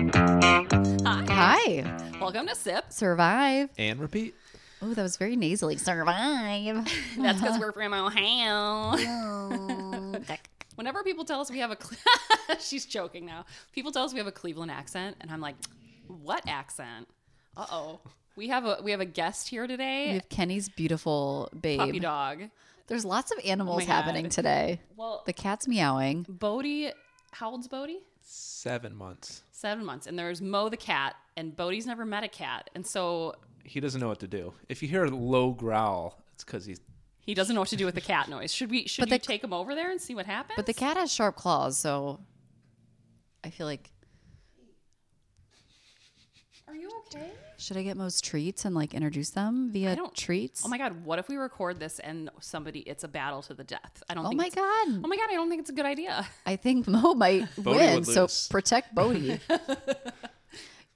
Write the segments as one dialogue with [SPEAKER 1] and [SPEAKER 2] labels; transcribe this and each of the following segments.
[SPEAKER 1] Hi.
[SPEAKER 2] Hi,
[SPEAKER 1] Welcome to Sip.
[SPEAKER 2] survive.
[SPEAKER 3] And repeat.
[SPEAKER 2] Oh, that was very nasally. Survive.
[SPEAKER 1] That's because we're from Ohio. Whenever people tell us we have a, Cle- she's joking now. People tell us we have a Cleveland accent, and I'm like, what accent? Uh oh. We have a we have a guest here
[SPEAKER 2] We
[SPEAKER 1] today,
[SPEAKER 2] have Kenny's beautiful babe.
[SPEAKER 1] puppy dog.
[SPEAKER 2] There's lots of animals
[SPEAKER 1] Oh my God.
[SPEAKER 2] happening today.
[SPEAKER 1] Well,
[SPEAKER 2] The cat's meowing.
[SPEAKER 1] Bodie, how old's Bodie?
[SPEAKER 3] Seven months.
[SPEAKER 1] Seven months, and there's Mo the cat, and Bodie's never met a cat, and so
[SPEAKER 3] He doesn't know what to do. If you hear a low growl, it's because he's.
[SPEAKER 1] he doesn't know what to do with the cat noise. Should we should
[SPEAKER 2] But the-
[SPEAKER 1] you take him over there and see what happens?
[SPEAKER 2] But the cat has sharp claws, so I feel like
[SPEAKER 1] Are you okay?
[SPEAKER 2] should I get most treats and like introduce them via
[SPEAKER 1] I don't-
[SPEAKER 2] treats?
[SPEAKER 1] Oh my god, what if we record this and somebody it's a battle to the death? I don't
[SPEAKER 2] Oh
[SPEAKER 1] think
[SPEAKER 2] my
[SPEAKER 1] it's-
[SPEAKER 2] god.
[SPEAKER 1] Oh my god, I don't think it's a good idea.
[SPEAKER 2] I think Mo might
[SPEAKER 3] Bodhi
[SPEAKER 2] win,
[SPEAKER 3] would
[SPEAKER 2] so
[SPEAKER 3] lose.
[SPEAKER 2] protect Bodhi. you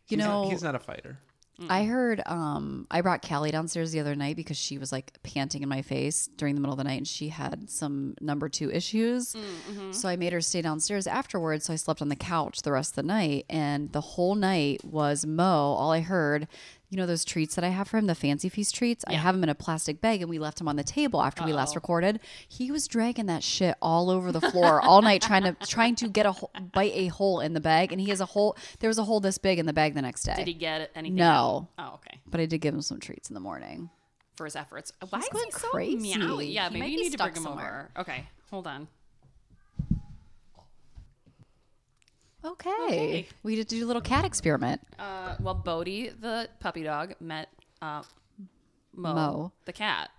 [SPEAKER 3] he's not-
[SPEAKER 2] know,
[SPEAKER 3] he's not a fighter.
[SPEAKER 1] Mm-hmm.
[SPEAKER 2] I heard um I brought Callie downstairs the other night because she was like panting in my face during the middle of the night and she had some number 2
[SPEAKER 1] Mm,
[SPEAKER 2] issues.
[SPEAKER 1] mm-hmm.
[SPEAKER 2] So I made her stay downstairs afterwards so I slept on the couch the rest of the night and the whole night was Mo all I heard you know those treats that I have for him, the fancy feast treats. I have him in a plastic bag, and we left him on the table after we last recorded. He was dragging that shit all over the floor all night, trying to trying to get a ho- bite a hole in the bag. And he has a hole. There was a hole this big in the bag the next day.
[SPEAKER 1] Did he get anything?
[SPEAKER 2] No.
[SPEAKER 1] out? Oh, okay.
[SPEAKER 2] But I did give him some treats in the morning.
[SPEAKER 1] For his efforts. Why is
[SPEAKER 2] going
[SPEAKER 1] he so
[SPEAKER 2] crazy.
[SPEAKER 1] meowy? Yeah,
[SPEAKER 2] He might
[SPEAKER 1] maybe you
[SPEAKER 2] be
[SPEAKER 1] need to bring
[SPEAKER 2] stuck
[SPEAKER 1] him
[SPEAKER 2] somewhere.
[SPEAKER 1] over. Okay, hold on.
[SPEAKER 2] Okay.
[SPEAKER 1] Okay.
[SPEAKER 2] We did do a little cat experiment.
[SPEAKER 1] Uh, well, Bodie, the puppy dog, met uh, Mo,
[SPEAKER 2] Mo.
[SPEAKER 1] the cat.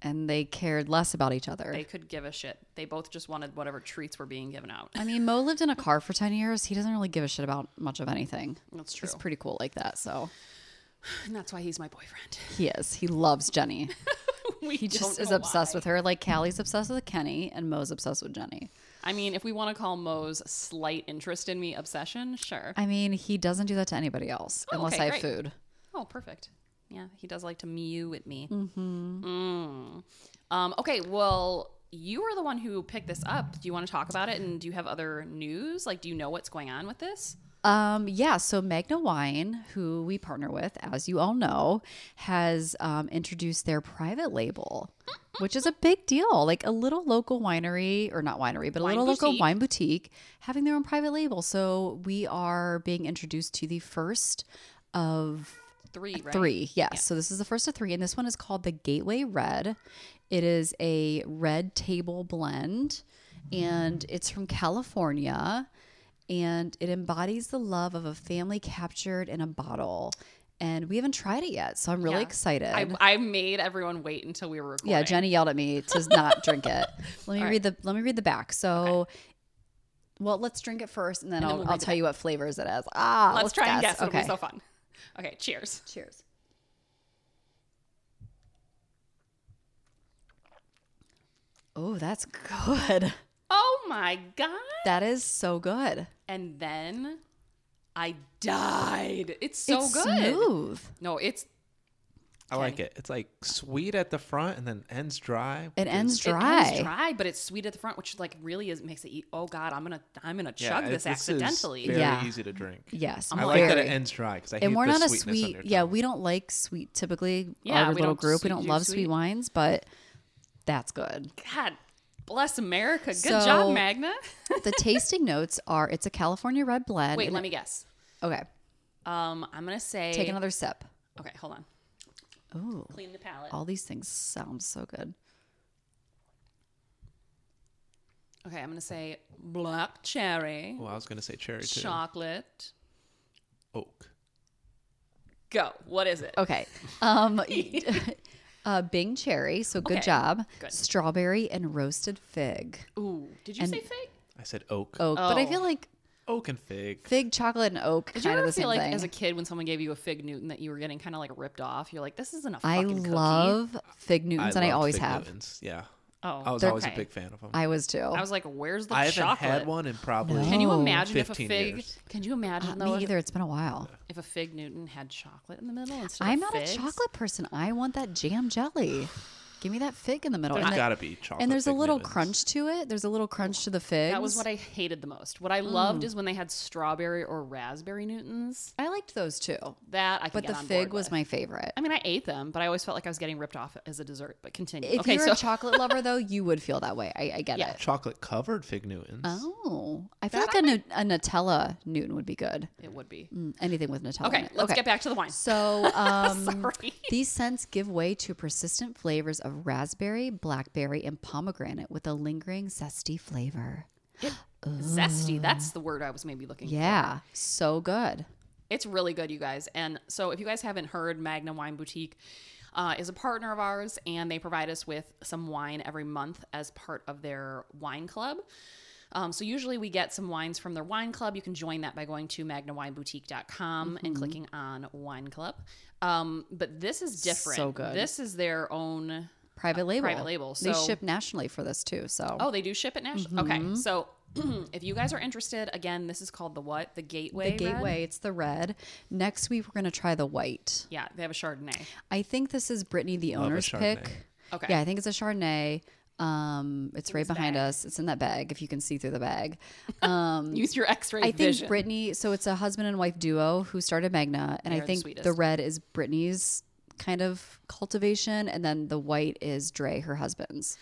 [SPEAKER 2] And they cared less about each other.
[SPEAKER 1] They could give a shit. They both just wanted whatever treats were being given out.
[SPEAKER 2] I mean, Mo lived in a car for 10 years. He doesn't really give a shit about much of anything.
[SPEAKER 1] That's true.
[SPEAKER 2] He's pretty cool like that. So
[SPEAKER 1] And that's why he's my boyfriend.
[SPEAKER 2] he is. He loves Jenny.
[SPEAKER 1] we
[SPEAKER 2] He just is obsessed with her. Like Callie's obsessed with Kenny and Mo's obsessed with Jenny.
[SPEAKER 1] I mean, if we want to call Mo's slight interest in me obsession, sure.
[SPEAKER 2] I mean, he doesn't do that to anybody else
[SPEAKER 1] Oh,
[SPEAKER 2] unless
[SPEAKER 1] okay,
[SPEAKER 2] I have
[SPEAKER 1] great.
[SPEAKER 2] food.
[SPEAKER 1] Oh, perfect. Yeah, he does like to mew at me. Mm-hmm. Um, okay, well, you were the one who picked this up. Do you want to talk about it? And do you have other news? Like, do you know what's going on with this?
[SPEAKER 2] Um, yeah, so Magna Wine, who we partner with, as you all know, has um, introduced their private label, which is a big deal. Like a little local winery, or not winery, but a
[SPEAKER 1] Wine
[SPEAKER 2] little local
[SPEAKER 1] boutique.
[SPEAKER 2] wine boutique having their own private label. So we are being introduced to the first of
[SPEAKER 1] Three, right?
[SPEAKER 2] three. Yes. So this is the first of three. And this one is called the Gateway Red. It is a red table blend and it's from California and it embodies the love of a family captured in a bottle. And we haven't tried it yet. So I'm really
[SPEAKER 1] Yeah.
[SPEAKER 2] excited.
[SPEAKER 1] I, I made everyone wait until we were recording.
[SPEAKER 2] Yeah, Jenny yelled at me to not drink it. Let me read the let me read the back. So well, let's drink it first and then I'll, I'll tell you what flavors it has. Ah,
[SPEAKER 1] Let's, try and guess. It'll
[SPEAKER 2] Okay.
[SPEAKER 1] be so fun. Okay, cheers.
[SPEAKER 2] Cheers. Oh, that's good.
[SPEAKER 1] Oh my God.
[SPEAKER 2] That is so good.
[SPEAKER 1] And then I died. It's so
[SPEAKER 2] it's
[SPEAKER 1] good.
[SPEAKER 2] smooth.
[SPEAKER 1] No, it's
[SPEAKER 3] I like it. It's like sweet at the front and then ends dry.
[SPEAKER 2] It
[SPEAKER 3] which
[SPEAKER 2] ends
[SPEAKER 3] is-
[SPEAKER 2] dry.
[SPEAKER 1] It is dry, but it's sweet at the front, which like really is makes it. Eat, oh God, I'm gonna I'm gonna
[SPEAKER 3] Yeah,
[SPEAKER 1] chug
[SPEAKER 3] it-
[SPEAKER 1] this,
[SPEAKER 3] is
[SPEAKER 1] accidentally.
[SPEAKER 3] very
[SPEAKER 2] Yeah.
[SPEAKER 3] easy to drink.
[SPEAKER 2] Yes,
[SPEAKER 3] I like that
[SPEAKER 2] very.
[SPEAKER 3] it ends dry because I hate
[SPEAKER 2] And we're
[SPEAKER 3] the
[SPEAKER 2] not a
[SPEAKER 3] sweetness on
[SPEAKER 2] sweet.
[SPEAKER 3] your
[SPEAKER 2] Yeah,
[SPEAKER 3] tongue.
[SPEAKER 2] we don't like sweet typically.
[SPEAKER 1] Yeah,
[SPEAKER 2] our
[SPEAKER 1] we
[SPEAKER 2] little
[SPEAKER 1] don't
[SPEAKER 2] group. We
[SPEAKER 1] sweet-
[SPEAKER 2] don't
[SPEAKER 1] do
[SPEAKER 2] love
[SPEAKER 1] sweet.
[SPEAKER 2] sweet wines, but that's good.
[SPEAKER 1] God bless America. Good
[SPEAKER 2] So-
[SPEAKER 1] job, Magna.
[SPEAKER 2] the tasting notes are: it's a California red blend.
[SPEAKER 1] Wait,
[SPEAKER 2] and
[SPEAKER 1] let
[SPEAKER 2] it-
[SPEAKER 1] me guess.
[SPEAKER 2] Okay,
[SPEAKER 1] Um, I'm gonna say
[SPEAKER 2] take another sip.
[SPEAKER 1] Okay, hold on.
[SPEAKER 2] Ooh,
[SPEAKER 1] Clean the palate.
[SPEAKER 2] all these things sound so good. Oh.
[SPEAKER 1] Okay, I'm gonna say black cherry,
[SPEAKER 3] Well, I was gonna say cherry Oh, too.
[SPEAKER 1] chocolate.
[SPEAKER 3] Oak.
[SPEAKER 1] Go. What is it?
[SPEAKER 2] Okay. Um, uh, Bing cherry. So good
[SPEAKER 1] Okay,
[SPEAKER 2] job.
[SPEAKER 1] good.
[SPEAKER 2] Strawberry and roasted fig.
[SPEAKER 1] Ooh, did you say fig?
[SPEAKER 3] I said oak.
[SPEAKER 2] Oak. But I
[SPEAKER 1] Oh.
[SPEAKER 2] feel like
[SPEAKER 3] Oak and fig.
[SPEAKER 2] fig, chocolate, and oak
[SPEAKER 1] Did you
[SPEAKER 2] kind of
[SPEAKER 1] ever
[SPEAKER 2] the
[SPEAKER 1] feel
[SPEAKER 2] same
[SPEAKER 1] like
[SPEAKER 2] thing.
[SPEAKER 1] as a kid when someone gave you a fig Newton that you were getting kind of like ripped off? You're like, this isn't a
[SPEAKER 2] I
[SPEAKER 1] fucking cookie.
[SPEAKER 2] love fig Newtons, and I
[SPEAKER 3] loved
[SPEAKER 2] always
[SPEAKER 3] Fig
[SPEAKER 2] have.
[SPEAKER 3] Newtons, Yeah.
[SPEAKER 1] Oh,
[SPEAKER 3] I was
[SPEAKER 1] okay.
[SPEAKER 3] always a big fan of them. I,
[SPEAKER 2] I was too.
[SPEAKER 1] I was like, where's the
[SPEAKER 3] haven't
[SPEAKER 1] chocolate?
[SPEAKER 3] had one in probably.
[SPEAKER 2] No.
[SPEAKER 1] Can you
[SPEAKER 2] Oh.
[SPEAKER 1] imagine if a
[SPEAKER 3] 15
[SPEAKER 1] fig?
[SPEAKER 3] years.
[SPEAKER 1] Can you imagine
[SPEAKER 2] Uh, Me
[SPEAKER 1] though if-
[SPEAKER 2] either. It's been a while.
[SPEAKER 1] if a fig Newton had chocolate in the middle instead of
[SPEAKER 2] I'm not
[SPEAKER 1] figs?
[SPEAKER 2] a chocolate person. I want that jam jelly. Give me that fig in the middle.
[SPEAKER 3] There's
[SPEAKER 2] and, the-
[SPEAKER 3] gotta be chocolate.
[SPEAKER 2] and there's a
[SPEAKER 3] fig
[SPEAKER 2] little
[SPEAKER 3] Newtons.
[SPEAKER 2] crunch to it. There's a little crunch to the figs.
[SPEAKER 1] That was what I hated the most. What I
[SPEAKER 2] Mm.
[SPEAKER 1] loved is when they had strawberry or raspberry Newtons.
[SPEAKER 2] I liked those too.
[SPEAKER 1] That I could
[SPEAKER 2] But
[SPEAKER 1] get
[SPEAKER 2] the
[SPEAKER 1] on
[SPEAKER 2] fig
[SPEAKER 1] board
[SPEAKER 2] was
[SPEAKER 1] with.
[SPEAKER 2] my favorite.
[SPEAKER 1] I mean, I ate them, but I always felt like I was getting ripped off as a dessert. But continue.
[SPEAKER 2] If
[SPEAKER 1] okay,
[SPEAKER 2] you're
[SPEAKER 1] so
[SPEAKER 2] a chocolate lover, though, you would feel that way. I, I get
[SPEAKER 1] Yeah.
[SPEAKER 2] it.
[SPEAKER 3] Chocolate covered fig Newtons.
[SPEAKER 2] Oh, I feel like a, Nu- a Nutella Newton would be good.
[SPEAKER 1] it would be.
[SPEAKER 2] Mm, Anything with Nutella. in
[SPEAKER 1] Okay,
[SPEAKER 2] it.
[SPEAKER 1] let's get back to the wine.
[SPEAKER 2] So, um,
[SPEAKER 1] Sorry.
[SPEAKER 2] these scents give way to persistent flavors of raspberry, blackberry, and pomegranate with a lingering zesty flavor.
[SPEAKER 1] Zesty. That's
[SPEAKER 2] Uh,
[SPEAKER 1] the word I was maybe looking for.
[SPEAKER 2] Yeah, so good.
[SPEAKER 1] It's really good, you guys. And so, if you guys haven't heard, Magna Wine Boutique uh, is a partner of ours, and they provide us with some wine every month as part of their wine club. Um, so, usually we get some wines from their wine club. You can join that by going to magnawineboutique.com
[SPEAKER 2] Mm-hmm.
[SPEAKER 1] and clicking on wine club. Um, but this is different.
[SPEAKER 2] So good.
[SPEAKER 1] This is their own.
[SPEAKER 2] Private label.
[SPEAKER 1] private label,
[SPEAKER 2] They
[SPEAKER 1] so-
[SPEAKER 2] ship nationally for this too. So,
[SPEAKER 1] Oh, they do ship it nationally?
[SPEAKER 2] Mm-hmm.
[SPEAKER 1] Okay. So, if you guys are interested, again, this is called the what? The Gateway.
[SPEAKER 2] the
[SPEAKER 1] Red?
[SPEAKER 2] gateway, it's the red. Next week, we're going to try the white.
[SPEAKER 1] Yeah, they have a Chardonnay.
[SPEAKER 2] I think this is Brittany, the
[SPEAKER 3] a
[SPEAKER 2] owner's pick.
[SPEAKER 1] Chardonnay. Okay.
[SPEAKER 2] Yeah, I think it's a Chardonnay. Um, it's right behind us. It's in that bag if you can see through the bag. Um,
[SPEAKER 1] Use your x ray
[SPEAKER 2] I
[SPEAKER 1] vision.
[SPEAKER 2] think Brittany. So it's a husband and wife duo who started Magna, and
[SPEAKER 1] They
[SPEAKER 2] I
[SPEAKER 1] are the
[SPEAKER 2] think the,
[SPEAKER 1] sweetest.
[SPEAKER 2] red is Brittany's kind of cultivation, and then the white is Dre, her husband's.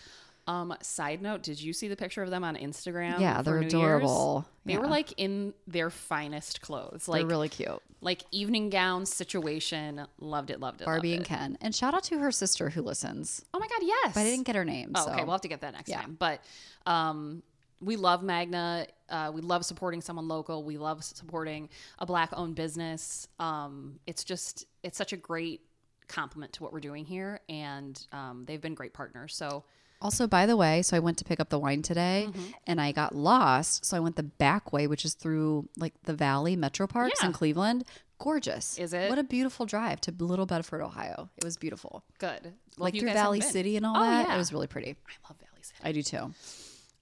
[SPEAKER 1] Um, side note, did you see the picture of them on Instagram?
[SPEAKER 2] Yeah,
[SPEAKER 1] for
[SPEAKER 2] they're
[SPEAKER 1] New Year's?
[SPEAKER 2] adorable.
[SPEAKER 1] They were like in their finest clothes, like
[SPEAKER 2] They're really cute.
[SPEAKER 1] like evening gown situation. Loved it, loved it.
[SPEAKER 2] Barbie
[SPEAKER 1] loved
[SPEAKER 2] and
[SPEAKER 1] it.
[SPEAKER 2] Ken, and shout out to her sister who listens.
[SPEAKER 1] Oh my god, yes.
[SPEAKER 2] But I didn't get her name.
[SPEAKER 1] Oh,
[SPEAKER 2] so.
[SPEAKER 1] okay, we'll have to get that next time. But um, we love Magna. Uh, we love supporting someone local. We love supporting a black-owned business. Um, it's just it's such a great compliment to what we're doing here, and um, they've been great partners. So
[SPEAKER 2] Also, by the way, so I went to pick up the wine today
[SPEAKER 1] Mm-hmm.
[SPEAKER 2] and I got lost. So I went the back way, which is through like the Valley Metro Parks in
[SPEAKER 1] Yeah.
[SPEAKER 2] Cleveland. Gorgeous.
[SPEAKER 1] Is it?
[SPEAKER 2] What a beautiful drive to Little Bedford, Ohio. It was beautiful.
[SPEAKER 1] good. Well, if
[SPEAKER 2] like
[SPEAKER 1] you
[SPEAKER 2] through
[SPEAKER 1] guys haven't
[SPEAKER 2] Valley
[SPEAKER 1] been-
[SPEAKER 2] City and all
[SPEAKER 1] Oh,
[SPEAKER 2] that.
[SPEAKER 1] yeah.
[SPEAKER 2] It was really pretty.
[SPEAKER 1] I love Valley City.
[SPEAKER 2] I do too.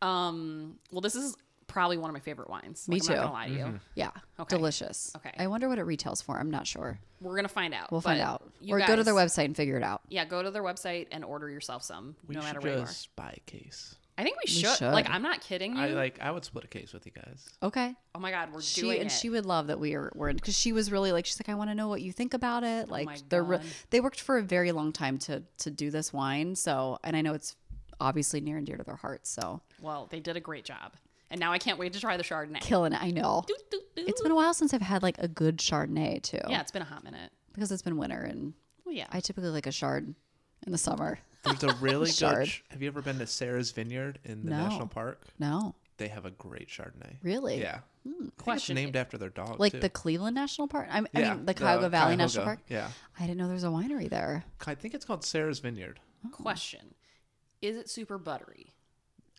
[SPEAKER 1] Um, well, this is probably one of my favorite wines.
[SPEAKER 2] Me
[SPEAKER 1] Like, I'm not
[SPEAKER 2] too.
[SPEAKER 1] gonna lie to
[SPEAKER 3] Mm-hmm.
[SPEAKER 1] you.
[SPEAKER 2] Yeah.
[SPEAKER 1] Okay.
[SPEAKER 2] Delicious.
[SPEAKER 1] Okay.
[SPEAKER 2] I wonder what it retails for. I'm not sure.
[SPEAKER 1] We're gonna find out.
[SPEAKER 2] We'll find
[SPEAKER 1] but
[SPEAKER 2] out.
[SPEAKER 1] you
[SPEAKER 2] Or go to
[SPEAKER 1] guys-
[SPEAKER 2] their website and figure it out.
[SPEAKER 1] Yeah, go to their website and order yourself some,
[SPEAKER 3] We
[SPEAKER 1] no
[SPEAKER 3] should
[SPEAKER 1] matter where you are.
[SPEAKER 3] just buy a case.
[SPEAKER 1] I think we should. Like,
[SPEAKER 2] should.
[SPEAKER 1] I'm not kidding you.
[SPEAKER 3] I like. I would split a case with you guys.
[SPEAKER 2] Okay.
[SPEAKER 1] oh my god, we're
[SPEAKER 2] She
[SPEAKER 1] doing
[SPEAKER 2] and
[SPEAKER 1] it.
[SPEAKER 2] she would love that we were, were in because she was really like she's like I want to know what you think about it. Like
[SPEAKER 1] Oh my
[SPEAKER 2] they're re-
[SPEAKER 1] God.
[SPEAKER 2] they worked for a very long time to to do this wine. So and I know it's obviously near and dear to their hearts. So
[SPEAKER 1] well, they did a great job, and now I can't wait to try the Chardonnay.
[SPEAKER 2] killing it. I know
[SPEAKER 1] Doot, doot, doot.
[SPEAKER 2] it's been a while since I've had like a good Chardonnay too.
[SPEAKER 1] yeah, it's been a hot minute.
[SPEAKER 2] because it's been winter and
[SPEAKER 1] Well, yeah.
[SPEAKER 2] I typically like a Chard in the summer.
[SPEAKER 3] There's a really
[SPEAKER 2] Shard.
[SPEAKER 3] good. ch- Have you ever been to Sarah's Vineyard in the
[SPEAKER 2] No.
[SPEAKER 3] national park?
[SPEAKER 2] No,
[SPEAKER 3] They have a great Chardonnay.
[SPEAKER 2] really, Hmm,
[SPEAKER 3] Yeah.
[SPEAKER 1] Question.
[SPEAKER 3] Question named after their dog.
[SPEAKER 2] like
[SPEAKER 3] too.
[SPEAKER 2] the Cleveland National Park. I, mean- I
[SPEAKER 3] Yeah,
[SPEAKER 2] mean the Cuyahoga Valley National Park.
[SPEAKER 3] Cuyahoga, Yeah.
[SPEAKER 2] I didn't know there's a winery there.
[SPEAKER 3] I think it's called Sarah's Vineyard.
[SPEAKER 1] Question: Is it super buttery?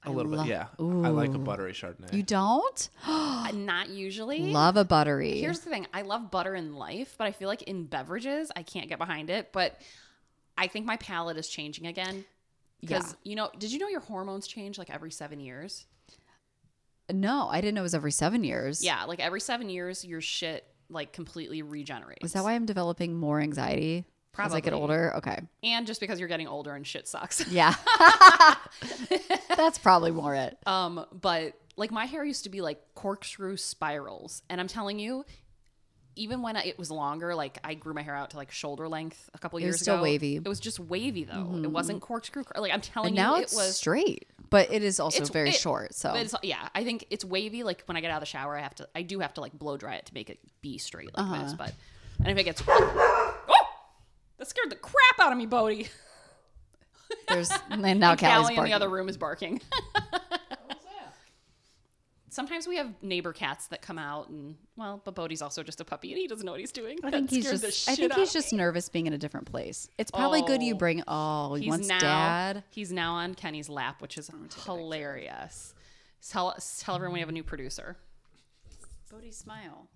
[SPEAKER 3] A little
[SPEAKER 2] lo-
[SPEAKER 3] bit. Yeah. I like a buttery Chardonnay.
[SPEAKER 2] You don't
[SPEAKER 1] Uh, Not usually.
[SPEAKER 2] love a buttery.
[SPEAKER 1] Here's the thing: I love butter in life, but I feel like in beverages, I can't get behind it. But I think my palate is changing again. Because you know, did you know your hormones change like every seven years?
[SPEAKER 2] no, I didn't know it was every seven years.
[SPEAKER 1] Yeah, like every seven years, your shit like completely regenerates.
[SPEAKER 2] Is that why I'm developing more anxiety as I get
[SPEAKER 1] Probably.
[SPEAKER 2] older? Okay.
[SPEAKER 1] And just because you're getting older and shit sucks.
[SPEAKER 2] Yeah. That's probably more it.
[SPEAKER 1] um, but like my hair used to be like corkscrew spirals, and I'm telling you. Even when I, it was longer, like I grew my hair out to like shoulder length a couple
[SPEAKER 2] was
[SPEAKER 1] years
[SPEAKER 2] still
[SPEAKER 1] ago.
[SPEAKER 2] wavy. Mm-hmm.
[SPEAKER 1] It was just wavy though. It wasn't corkscrew. Like I'm telling
[SPEAKER 2] And
[SPEAKER 1] you,
[SPEAKER 2] now
[SPEAKER 1] it
[SPEAKER 2] it's
[SPEAKER 1] was
[SPEAKER 2] straight, but it is also very
[SPEAKER 1] it-
[SPEAKER 2] short. So,
[SPEAKER 1] But it's, yeah, I think it's wavy. Like when I get out of the shower, I have to, I do have to like blow dry it to make it be straight like
[SPEAKER 2] Uh-huh.
[SPEAKER 1] this. But and if it gets, oh, that scared the crap out of me, Bodie.
[SPEAKER 2] there's, and now Callie's
[SPEAKER 1] Callie in
[SPEAKER 2] barking.
[SPEAKER 1] the other room is barking. Sometimes we have neighbor cats that come out, and well, but Bodie's also just a puppy, and he doesn't know what he's doing.
[SPEAKER 2] I think he's just, I think he's just nervous being in a different place. It's probably good you
[SPEAKER 1] Oh.
[SPEAKER 2] bring, oh, he
[SPEAKER 1] He's
[SPEAKER 2] wants
[SPEAKER 1] now
[SPEAKER 2] dad.
[SPEAKER 1] he's now on Kenny's lap, which is hilarious. Tell tell everyone we have a new producer.
[SPEAKER 2] Bodhi, smile.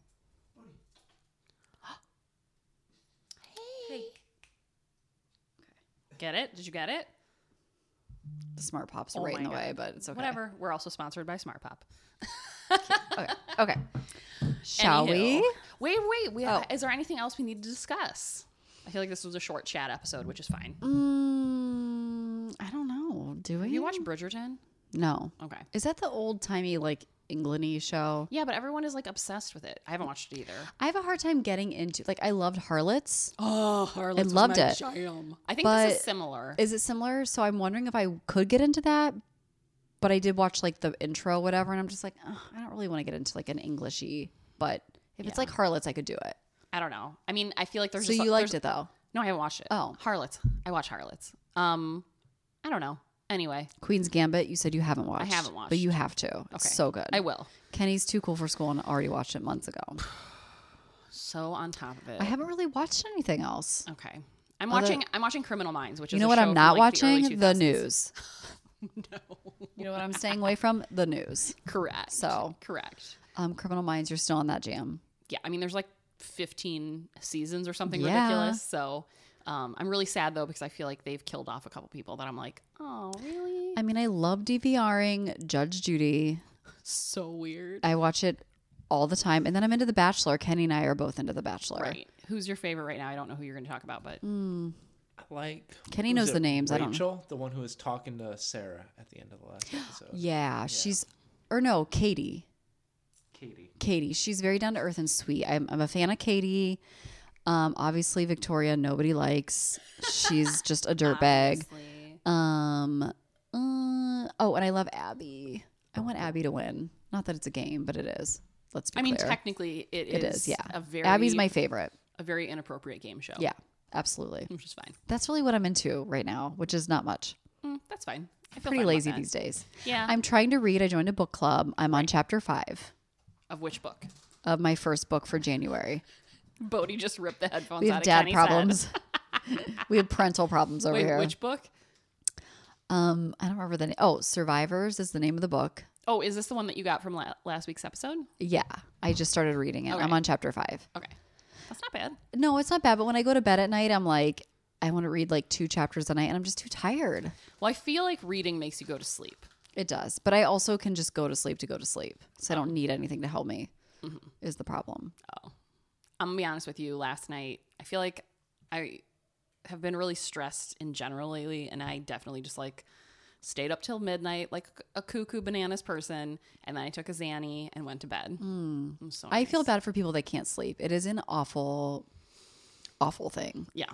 [SPEAKER 1] Get it? Did you get it?
[SPEAKER 2] The smart pops are right
[SPEAKER 1] Oh my
[SPEAKER 2] in the
[SPEAKER 1] God.
[SPEAKER 2] way, but it's okay.
[SPEAKER 1] Whatever. We're also sponsored by Smart Pop.
[SPEAKER 2] Okay. okay. Shall
[SPEAKER 1] Anywho.
[SPEAKER 2] we? Oh.
[SPEAKER 1] Wait, wait. We have, Is there anything else we need to discuss? I feel like this was a short chat episode, which is fine.
[SPEAKER 2] Mm, Do we?
[SPEAKER 1] Have you watched Bridgerton?
[SPEAKER 2] No.
[SPEAKER 1] Okay.
[SPEAKER 2] Is that the old timey like Englandy show?
[SPEAKER 1] Yeah, but everyone is like obsessed with it. I haven't watched it either.
[SPEAKER 2] I have a hard time getting into like I loved Harlots.
[SPEAKER 1] Oh, Harlot's
[SPEAKER 2] I
[SPEAKER 1] was
[SPEAKER 2] loved
[SPEAKER 1] my
[SPEAKER 2] it.
[SPEAKER 1] jam. I think this
[SPEAKER 2] But-
[SPEAKER 1] is similar.
[SPEAKER 2] Is it similar? So I'm wondering if I could get into that. But I did watch like the intro, whatever, and I'm just like, "Ugh, I don't really want to get into like an Englishy. But if it's like Harlots, I could do it.
[SPEAKER 1] I don't know. I mean, I feel like there's
[SPEAKER 2] so
[SPEAKER 1] just,
[SPEAKER 2] you liked
[SPEAKER 1] there's-
[SPEAKER 2] it though,
[SPEAKER 1] No, I haven't watched it.
[SPEAKER 2] Oh.
[SPEAKER 1] Harlots. I watch Harlots. Um, I don't know. Anyway,
[SPEAKER 2] Queen's Gambit. You said you haven't watched.
[SPEAKER 1] haven't
[SPEAKER 2] but you have to. It's
[SPEAKER 1] Okay.
[SPEAKER 2] so good.
[SPEAKER 1] I will.
[SPEAKER 2] Kenny's too cool for school, and I already watched it months ago.
[SPEAKER 1] So on top of it.
[SPEAKER 2] I haven't really watched anything else.
[SPEAKER 1] okay. I'm
[SPEAKER 2] Other-
[SPEAKER 1] watching. I'm watching Criminal Minds, which is
[SPEAKER 2] You know
[SPEAKER 1] a
[SPEAKER 2] what?
[SPEAKER 1] show
[SPEAKER 2] I'm
[SPEAKER 1] from,
[SPEAKER 2] not
[SPEAKER 1] like, the early
[SPEAKER 2] watching the,
[SPEAKER 1] 2000s.
[SPEAKER 2] news. no. You know what I'm staying away from? The news.
[SPEAKER 1] Correct.
[SPEAKER 2] So.
[SPEAKER 1] correct.
[SPEAKER 2] Um, Criminal Minds, you're still on that jam.
[SPEAKER 1] Yeah, I mean, there's like 15 seasons or something
[SPEAKER 2] Yeah.
[SPEAKER 1] ridiculous. So. Um, I'm really sad though because I feel like they've killed off a couple people that I'm like, oh, really?
[SPEAKER 2] I mean, I love DVRing Judge Judy.
[SPEAKER 1] so weird.
[SPEAKER 2] I watch it all the time. And then I'm into The Bachelor. Kenny and I are both into The Bachelor.
[SPEAKER 1] Right. Who's your favorite right now? I don't know who you're going to talk about, but
[SPEAKER 2] Mm.
[SPEAKER 3] I like
[SPEAKER 2] Kenny
[SPEAKER 3] who's
[SPEAKER 2] knows
[SPEAKER 3] it?
[SPEAKER 2] the names, I
[SPEAKER 3] Rachel,
[SPEAKER 2] don't know.
[SPEAKER 3] the one who was talking to Sarah at the end of the last episode.
[SPEAKER 2] Yeah, she's, or no, Katie.
[SPEAKER 3] Katie.
[SPEAKER 2] Katie. She's very down to earth and sweet. I'm, I'm a fan of Katie. Um, obviously, Victoria, nobody likes. She's just a dirtbag.
[SPEAKER 1] Obviously.
[SPEAKER 2] Um. uh, oh, and I love Abby. I want Abby to win. Not that it's a game, but it is. Let's be
[SPEAKER 1] I mean,
[SPEAKER 2] clear.
[SPEAKER 1] technically, it is,
[SPEAKER 2] it is. Yeah.
[SPEAKER 1] a very
[SPEAKER 2] Abby's my favorite.
[SPEAKER 1] a very inappropriate game show.
[SPEAKER 2] Yeah, absolutely.
[SPEAKER 1] which is fine.
[SPEAKER 2] That's really what I'm into right now, which is not much.
[SPEAKER 1] Mm, that's fine. I feel
[SPEAKER 2] Pretty
[SPEAKER 1] fine about
[SPEAKER 2] lazy
[SPEAKER 1] that.
[SPEAKER 2] these days.
[SPEAKER 1] Yeah.
[SPEAKER 2] I'm trying to read. I joined a book club. I'm on chapter five
[SPEAKER 1] of which book?
[SPEAKER 2] of my first book for January.
[SPEAKER 1] Bodhi just ripped the headphones
[SPEAKER 2] We
[SPEAKER 1] out
[SPEAKER 2] have
[SPEAKER 1] of
[SPEAKER 2] dad
[SPEAKER 1] Kenny's head.
[SPEAKER 2] problems. we have parental problems over
[SPEAKER 1] Wait,
[SPEAKER 2] here.
[SPEAKER 1] which book?
[SPEAKER 2] um, I don't remember the name. Oh, Survivors is the name of the book.
[SPEAKER 1] Oh, is this the one that you got from la- last week's episode?
[SPEAKER 2] Yeah, I just started reading it. I'm
[SPEAKER 1] Okay.
[SPEAKER 2] on chapter five.
[SPEAKER 1] Okay, that's not bad.
[SPEAKER 2] No, it's not bad. But when I go to bed at night, I'm like, I want to read like two chapters a night, and I'm just too tired.
[SPEAKER 1] Well, I feel like reading makes you go to sleep.
[SPEAKER 2] It does, but I also can just go to sleep to go to sleep, so I don't need anything to help me.
[SPEAKER 1] Mm-hmm.
[SPEAKER 2] Is the problem?
[SPEAKER 1] I'm gonna be honest with you. Last night, I feel like I have been really stressed in general lately, and I definitely just like stayed up till midnight, like a cuckoo bananas person, and then I took a Xanny and went to bed. I'm so
[SPEAKER 2] Hmm. I feel bad for people that can't sleep. It is an awful, awful thing.
[SPEAKER 1] yeah.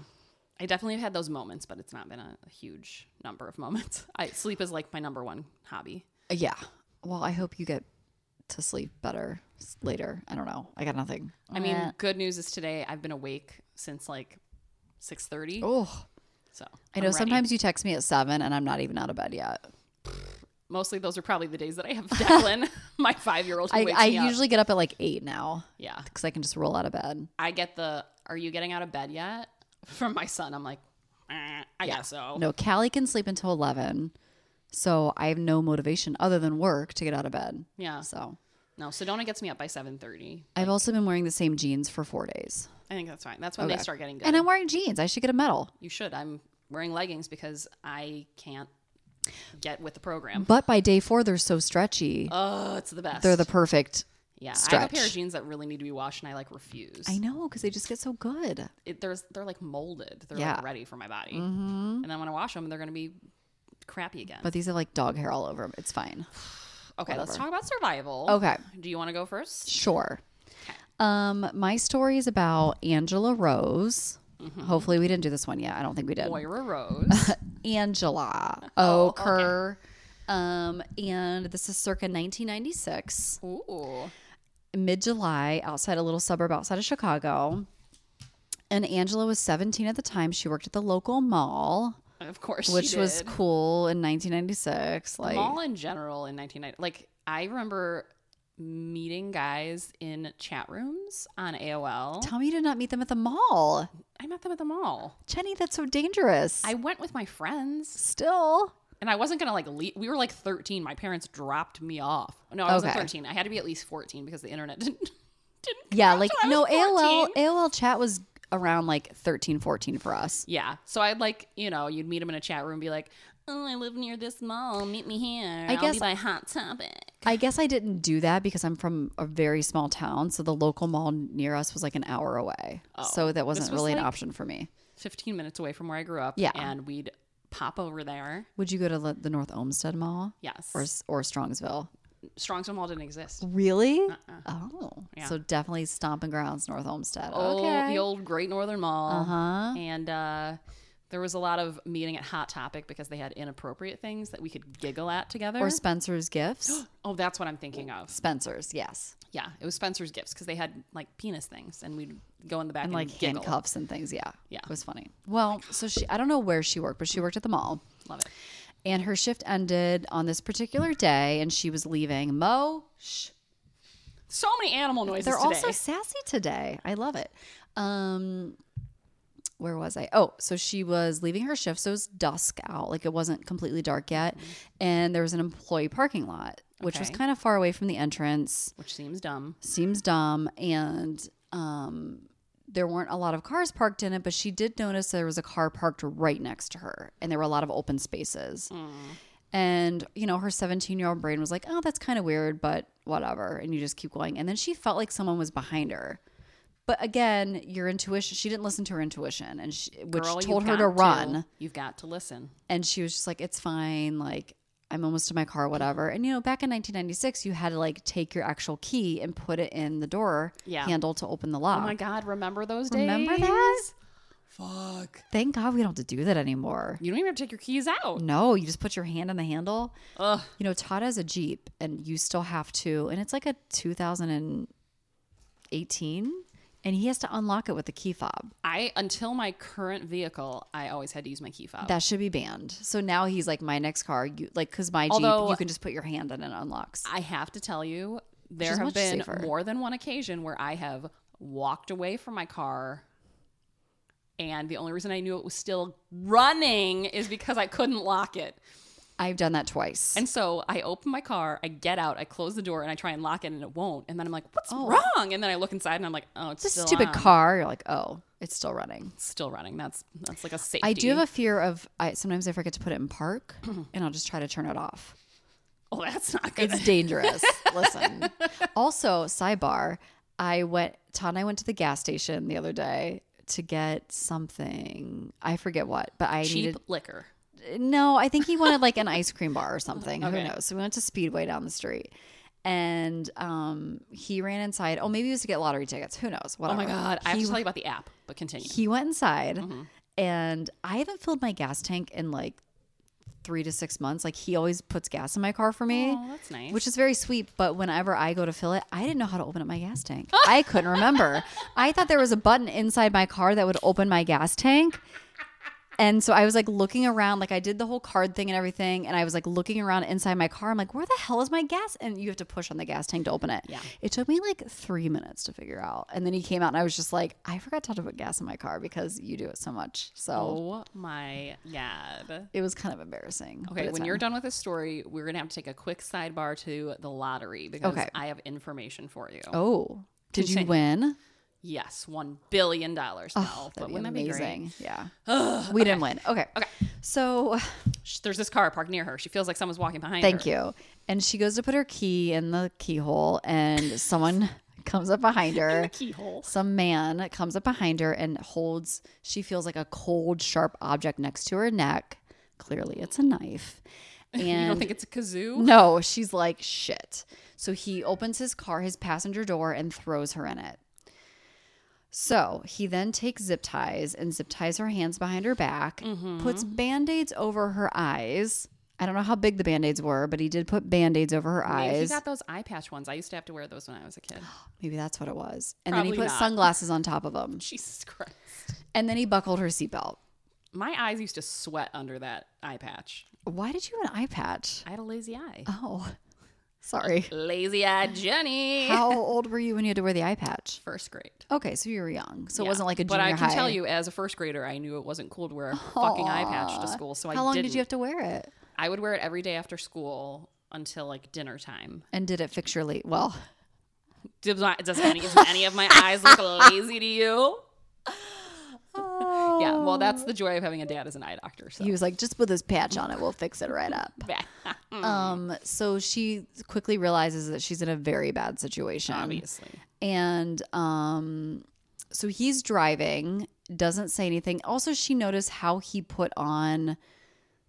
[SPEAKER 1] I definitely have had those moments, but it's not been a, a huge number of moments. I sleep is like my number one hobby.
[SPEAKER 2] Uh, Yeah. Well, I hope you get to sleep better s- later. I don't know. I got nothing.
[SPEAKER 1] I mean, good news is today I've been awake since like six thirty.
[SPEAKER 2] oh,
[SPEAKER 1] So
[SPEAKER 2] I know.
[SPEAKER 1] I'm ready.
[SPEAKER 2] Sometimes you text me at seven, and I'm not even out of bed yet.
[SPEAKER 1] mostly those are probably the days that I have Declan, my five year old.
[SPEAKER 2] I,
[SPEAKER 1] wakes
[SPEAKER 2] I
[SPEAKER 1] me up.
[SPEAKER 2] usually get up at like eight now
[SPEAKER 1] yeah.
[SPEAKER 2] because I can just roll out of bed.
[SPEAKER 1] I get the "Are you getting out of bed yet?" from my son. I'm like, "Eh, I guess so.
[SPEAKER 2] No, Callie can sleep until 11. So I have no motivation other than work to get out of bed.
[SPEAKER 1] Yeah.
[SPEAKER 2] So
[SPEAKER 1] No, Sedona gets me up by seven thirty.
[SPEAKER 2] I've also been wearing the same jeans for four days.
[SPEAKER 1] I think that's fine. That's when they start getting good.
[SPEAKER 2] And I'm wearing jeans. I should get a medal.
[SPEAKER 1] you should. I'm wearing leggings because I can't get with the program.
[SPEAKER 2] But by day four, they're so stretchy.
[SPEAKER 1] Oh, it's the best.
[SPEAKER 2] Mm-hmm. they're the perfect.
[SPEAKER 1] yeah. I have a pair of
[SPEAKER 2] stretch.
[SPEAKER 1] jeans that really need to be washed, and I like refuse.
[SPEAKER 2] I know because they just get so good.
[SPEAKER 1] it, there's they're like molded. They're
[SPEAKER 2] Yeah. Mm-hmm.
[SPEAKER 1] like ready for my body. And then when I wash them, they're gonna be crappy again.
[SPEAKER 2] But these have like dog hair all over them. It's fine.
[SPEAKER 1] okay, let's talk about survival.
[SPEAKER 2] Okay.
[SPEAKER 1] Do you want to go first?
[SPEAKER 2] Sure. Um, my story is about Angela Rose. Hopefully, we didn't do this one yet. I don't think we did.
[SPEAKER 1] Moira Rose.
[SPEAKER 2] Angela Oker. Um, and this is circa 1996,
[SPEAKER 1] Ooh.
[SPEAKER 2] mid July, outside a little suburb outside of Chicago. And Angela was 17 at the time. She worked at the local mall,
[SPEAKER 1] Of course, she
[SPEAKER 2] which was
[SPEAKER 1] did.
[SPEAKER 2] cool in 1996. Like,
[SPEAKER 1] mall in general in 1990. Like I remember meeting guys in chat rooms on AOL.
[SPEAKER 2] tell me you did not meet them at the mall.
[SPEAKER 1] I met them at the mall.
[SPEAKER 2] Jenny, that's so dangerous.
[SPEAKER 1] I went with my friends,
[SPEAKER 2] still.
[SPEAKER 1] and I wasn't gonna like. leave. We were like 13. My parents dropped me off. No, I wasn't
[SPEAKER 2] Okay.
[SPEAKER 1] 13. I had to be at least 14 because the internet didn't. didn't
[SPEAKER 2] Yeah,
[SPEAKER 1] come
[SPEAKER 2] like,
[SPEAKER 1] till I
[SPEAKER 2] no,
[SPEAKER 1] was 14.
[SPEAKER 2] AOL, AOL chat was around like 13, 14 for us.
[SPEAKER 1] Yeah. So I'd like, you know, you'd meet him in a chat room and be like, oh, I live near this mall. Meet me here. I I'll
[SPEAKER 2] guess-
[SPEAKER 1] be by Hot Topic.
[SPEAKER 2] I guess I didn't do that because I'm from a very small town, so the local mall near us was like an hour away. so that wasn't
[SPEAKER 1] was
[SPEAKER 2] really an
[SPEAKER 1] like-
[SPEAKER 2] option for me.
[SPEAKER 1] 15 minutes away from where I grew up.
[SPEAKER 2] Yeah.
[SPEAKER 1] And we'd pop over there.
[SPEAKER 2] Would you go to the the North Olmsted Mall
[SPEAKER 1] Yes.
[SPEAKER 2] or s- or Strongsville?
[SPEAKER 1] Strongsville Mall didn't exist.
[SPEAKER 2] Really?
[SPEAKER 1] Uh-uh.
[SPEAKER 2] Oh,
[SPEAKER 1] Yeah.
[SPEAKER 2] so definitely Stomping Grounds, North Olmsted.
[SPEAKER 1] Oh,
[SPEAKER 2] okay.
[SPEAKER 1] the old Great Northern Mall.
[SPEAKER 2] uh huh.
[SPEAKER 1] And uh, there was a lot of meeting at Hot Topic because they had inappropriate things that we could giggle at together.
[SPEAKER 2] Or Spencer's Gifts.
[SPEAKER 1] oh, that's what I'm thinking of.
[SPEAKER 2] Spencer's, yes.
[SPEAKER 1] Yeah, it was Spencer's Gifts because they had like penis things, and we'd go in the back
[SPEAKER 2] and
[SPEAKER 1] and,
[SPEAKER 2] like
[SPEAKER 1] giggle.
[SPEAKER 2] handcuffs and things. Yeah.
[SPEAKER 1] Yeah.
[SPEAKER 2] It was funny. Well, so she, I don't know where she worked, but she worked at the mall.
[SPEAKER 1] Love it.
[SPEAKER 2] And her shift ended on this particular day, and she was leaving. Mo, shh.
[SPEAKER 1] So many animal noises
[SPEAKER 2] They're
[SPEAKER 1] today.
[SPEAKER 2] also sassy today. I love it. Um, where was I? Oh, so she was leaving her shift. So it was dusk out. Like it wasn't completely dark yet. And there was an employee parking lot, which was
[SPEAKER 1] Mm-hmm. Okay.
[SPEAKER 2] kind of far away from the entrance
[SPEAKER 1] which seems dumb.
[SPEAKER 2] seems dumb and um there weren't a lot of cars parked in it but she did notice there was a car parked right next to her and there were a lot of open spaces
[SPEAKER 1] Mm.
[SPEAKER 2] and you know her 17 year old brain was like oh that's kind of weird but whatever and you just keep going and then she felt like someone was behind her but again your intuition she didn't listen to her intuition and she, which
[SPEAKER 1] Girl,
[SPEAKER 2] told
[SPEAKER 1] you've
[SPEAKER 2] her to
[SPEAKER 1] got
[SPEAKER 2] run Oh
[SPEAKER 1] You've got to listen.
[SPEAKER 2] and she was just like it's fine like i'm almost to my car whatever and you know back in 1996 you had to like take your actual key and put it in the door
[SPEAKER 1] Yeah.
[SPEAKER 2] handle to open the
[SPEAKER 1] Oh
[SPEAKER 2] lock
[SPEAKER 1] my God, remember those days?
[SPEAKER 2] remember that
[SPEAKER 1] Fuck.
[SPEAKER 2] thank god we don't have to do that anymore
[SPEAKER 1] You don't even have to take your keys out.
[SPEAKER 2] no you just put your hand on the handle
[SPEAKER 1] Ugh.
[SPEAKER 2] you know todd has a jeep and you still have to and it's like a 2018 and he has to unlock it with a key fob
[SPEAKER 1] I until my current vehicle, I always had to use my key fob.
[SPEAKER 2] that should be banned so now he's like my next car you like because my
[SPEAKER 1] Although-
[SPEAKER 2] jeep you can just put your hand on it and it unlocks
[SPEAKER 1] I have to tell you, there
[SPEAKER 2] is
[SPEAKER 1] have
[SPEAKER 2] much
[SPEAKER 1] been
[SPEAKER 2] safer.
[SPEAKER 1] more than one occasion where I have walked away from my car. And the only reason I knew it was still running is because I couldn't lock it.
[SPEAKER 2] i've done that twice
[SPEAKER 1] And so I open my car, I get out, I close the door, and I try and lock it, and it won't. And then I'm like, "What's wrong?" And then I look inside, and I'm like, "Oh, it's
[SPEAKER 2] the
[SPEAKER 1] still
[SPEAKER 2] Oh. stupid
[SPEAKER 1] on.
[SPEAKER 2] car you're like oh it's still running
[SPEAKER 1] It's still running." That's that's like a safety.
[SPEAKER 2] i do have a fear of i sometimes i forget to put it in park and i'll just try to turn it off
[SPEAKER 1] Oh, that's not good.
[SPEAKER 2] it's dangerous listen also sidebar i went todd and i went to the gas station the other day to get something i forget what but i
[SPEAKER 1] Cheap
[SPEAKER 2] needed
[SPEAKER 1] liquor.
[SPEAKER 2] no, I think he wanted like an ice cream bar or something.
[SPEAKER 1] Okay.
[SPEAKER 2] Who knows? So we went to Speedway down the street. And um, he ran inside. Oh, maybe he was to get lottery tickets. Who knows?
[SPEAKER 1] Oh
[SPEAKER 2] Whatever.
[SPEAKER 1] my god! I have
[SPEAKER 2] He
[SPEAKER 1] to tell you about the app, but continue.
[SPEAKER 2] he went inside and i haven't filled my gas tank in like three to six months like he always puts gas in my car for me
[SPEAKER 1] Oh, that's nice.
[SPEAKER 2] which is very sweet but whenever i go to fill it i didn't know how to open up my gas tank i couldn't remember i thought there was a button inside my car that would open my gas tank and so I was like looking around, like I did the whole card thing and everything, and I was like looking around inside my car. I'm like, where the hell is my gas? And you have to push on the gas tank to open it.
[SPEAKER 1] Yeah.
[SPEAKER 2] It took me like three minutes to figure out. And then he came out and I was just like, I forgot how to put gas in my car because you do it so much. So
[SPEAKER 1] oh my god!
[SPEAKER 2] it was kind of embarrassing. but
[SPEAKER 1] Okay,
[SPEAKER 2] it's
[SPEAKER 1] when you're
[SPEAKER 2] fine.
[SPEAKER 1] done with this story, we're gonna have to take a quick sidebar to the lottery because
[SPEAKER 2] Okay.
[SPEAKER 1] I have information for you.
[SPEAKER 2] Oh. Did you
[SPEAKER 1] Continue.
[SPEAKER 2] win?
[SPEAKER 1] Yes, one billion dollars. No,
[SPEAKER 2] Oh,
[SPEAKER 1] but
[SPEAKER 2] that'd be
[SPEAKER 1] wouldn't that be great?
[SPEAKER 2] amazing. yeah. we didn't win. Okay.
[SPEAKER 1] Okay.
[SPEAKER 2] So
[SPEAKER 1] Sh- There's this car parked near her. She feels like someone's walking behind her.
[SPEAKER 2] Thank you. And she goes to put her key in the keyhole, and someone comes up behind her.
[SPEAKER 1] Keyhole.
[SPEAKER 2] Some man comes up behind her and holds, she feels like a cold, sharp object next to her neck. Clearly, it's a knife.
[SPEAKER 1] You don't
[SPEAKER 2] And
[SPEAKER 1] think it's a kazoo?
[SPEAKER 2] no, she's like, shit. So he opens his car, his passenger door, and throws her in it. So he then takes zip ties and zip ties her hands behind her back,
[SPEAKER 1] Mm-hmm.
[SPEAKER 2] puts band aids over her eyes. I don't know how big the band aids were, but he did put band aids over her
[SPEAKER 1] Maybe he
[SPEAKER 2] eyes.
[SPEAKER 1] got those eye patch ones. I used to have to wear those when I was a kid.
[SPEAKER 2] Maybe that's what it was. And then he
[SPEAKER 1] Probably
[SPEAKER 2] put
[SPEAKER 1] not.
[SPEAKER 2] sunglasses on top of them.
[SPEAKER 1] Jesus Christ.
[SPEAKER 2] And then he buckled her seatbelt.
[SPEAKER 1] My eyes used to sweat under that eye patch.
[SPEAKER 2] Why did you have an eye patch?
[SPEAKER 1] I had a lazy eye.
[SPEAKER 2] Oh, sorry.
[SPEAKER 1] Lazy eye Jenny.
[SPEAKER 2] How old were you when you had to wear the eye patch?
[SPEAKER 1] First grade.
[SPEAKER 2] Okay, so you were young. So
[SPEAKER 1] Yeah.
[SPEAKER 2] it wasn't like a
[SPEAKER 1] But
[SPEAKER 2] junior
[SPEAKER 1] I can
[SPEAKER 2] high.
[SPEAKER 1] tell you, as a first grader, I knew it wasn't cool to wear a fucking eye patch to school. So I
[SPEAKER 2] How long
[SPEAKER 1] didn't.
[SPEAKER 2] did you have to wear it?
[SPEAKER 1] I would wear it every day after school until like dinner time.
[SPEAKER 2] And did it fix your late? Well,
[SPEAKER 1] Does, my, does any, does any of my eyes look lazy to you? Yeah, well, that's the joy of having a dad as an eye doctor. So.
[SPEAKER 2] he was like, just put this patch on it, we'll fix it right up. Um, so she quickly realizes that she's in a very bad situation,
[SPEAKER 1] Obviously.
[SPEAKER 2] and um, so he's driving, doesn't say anything. Also, she noticed how he put on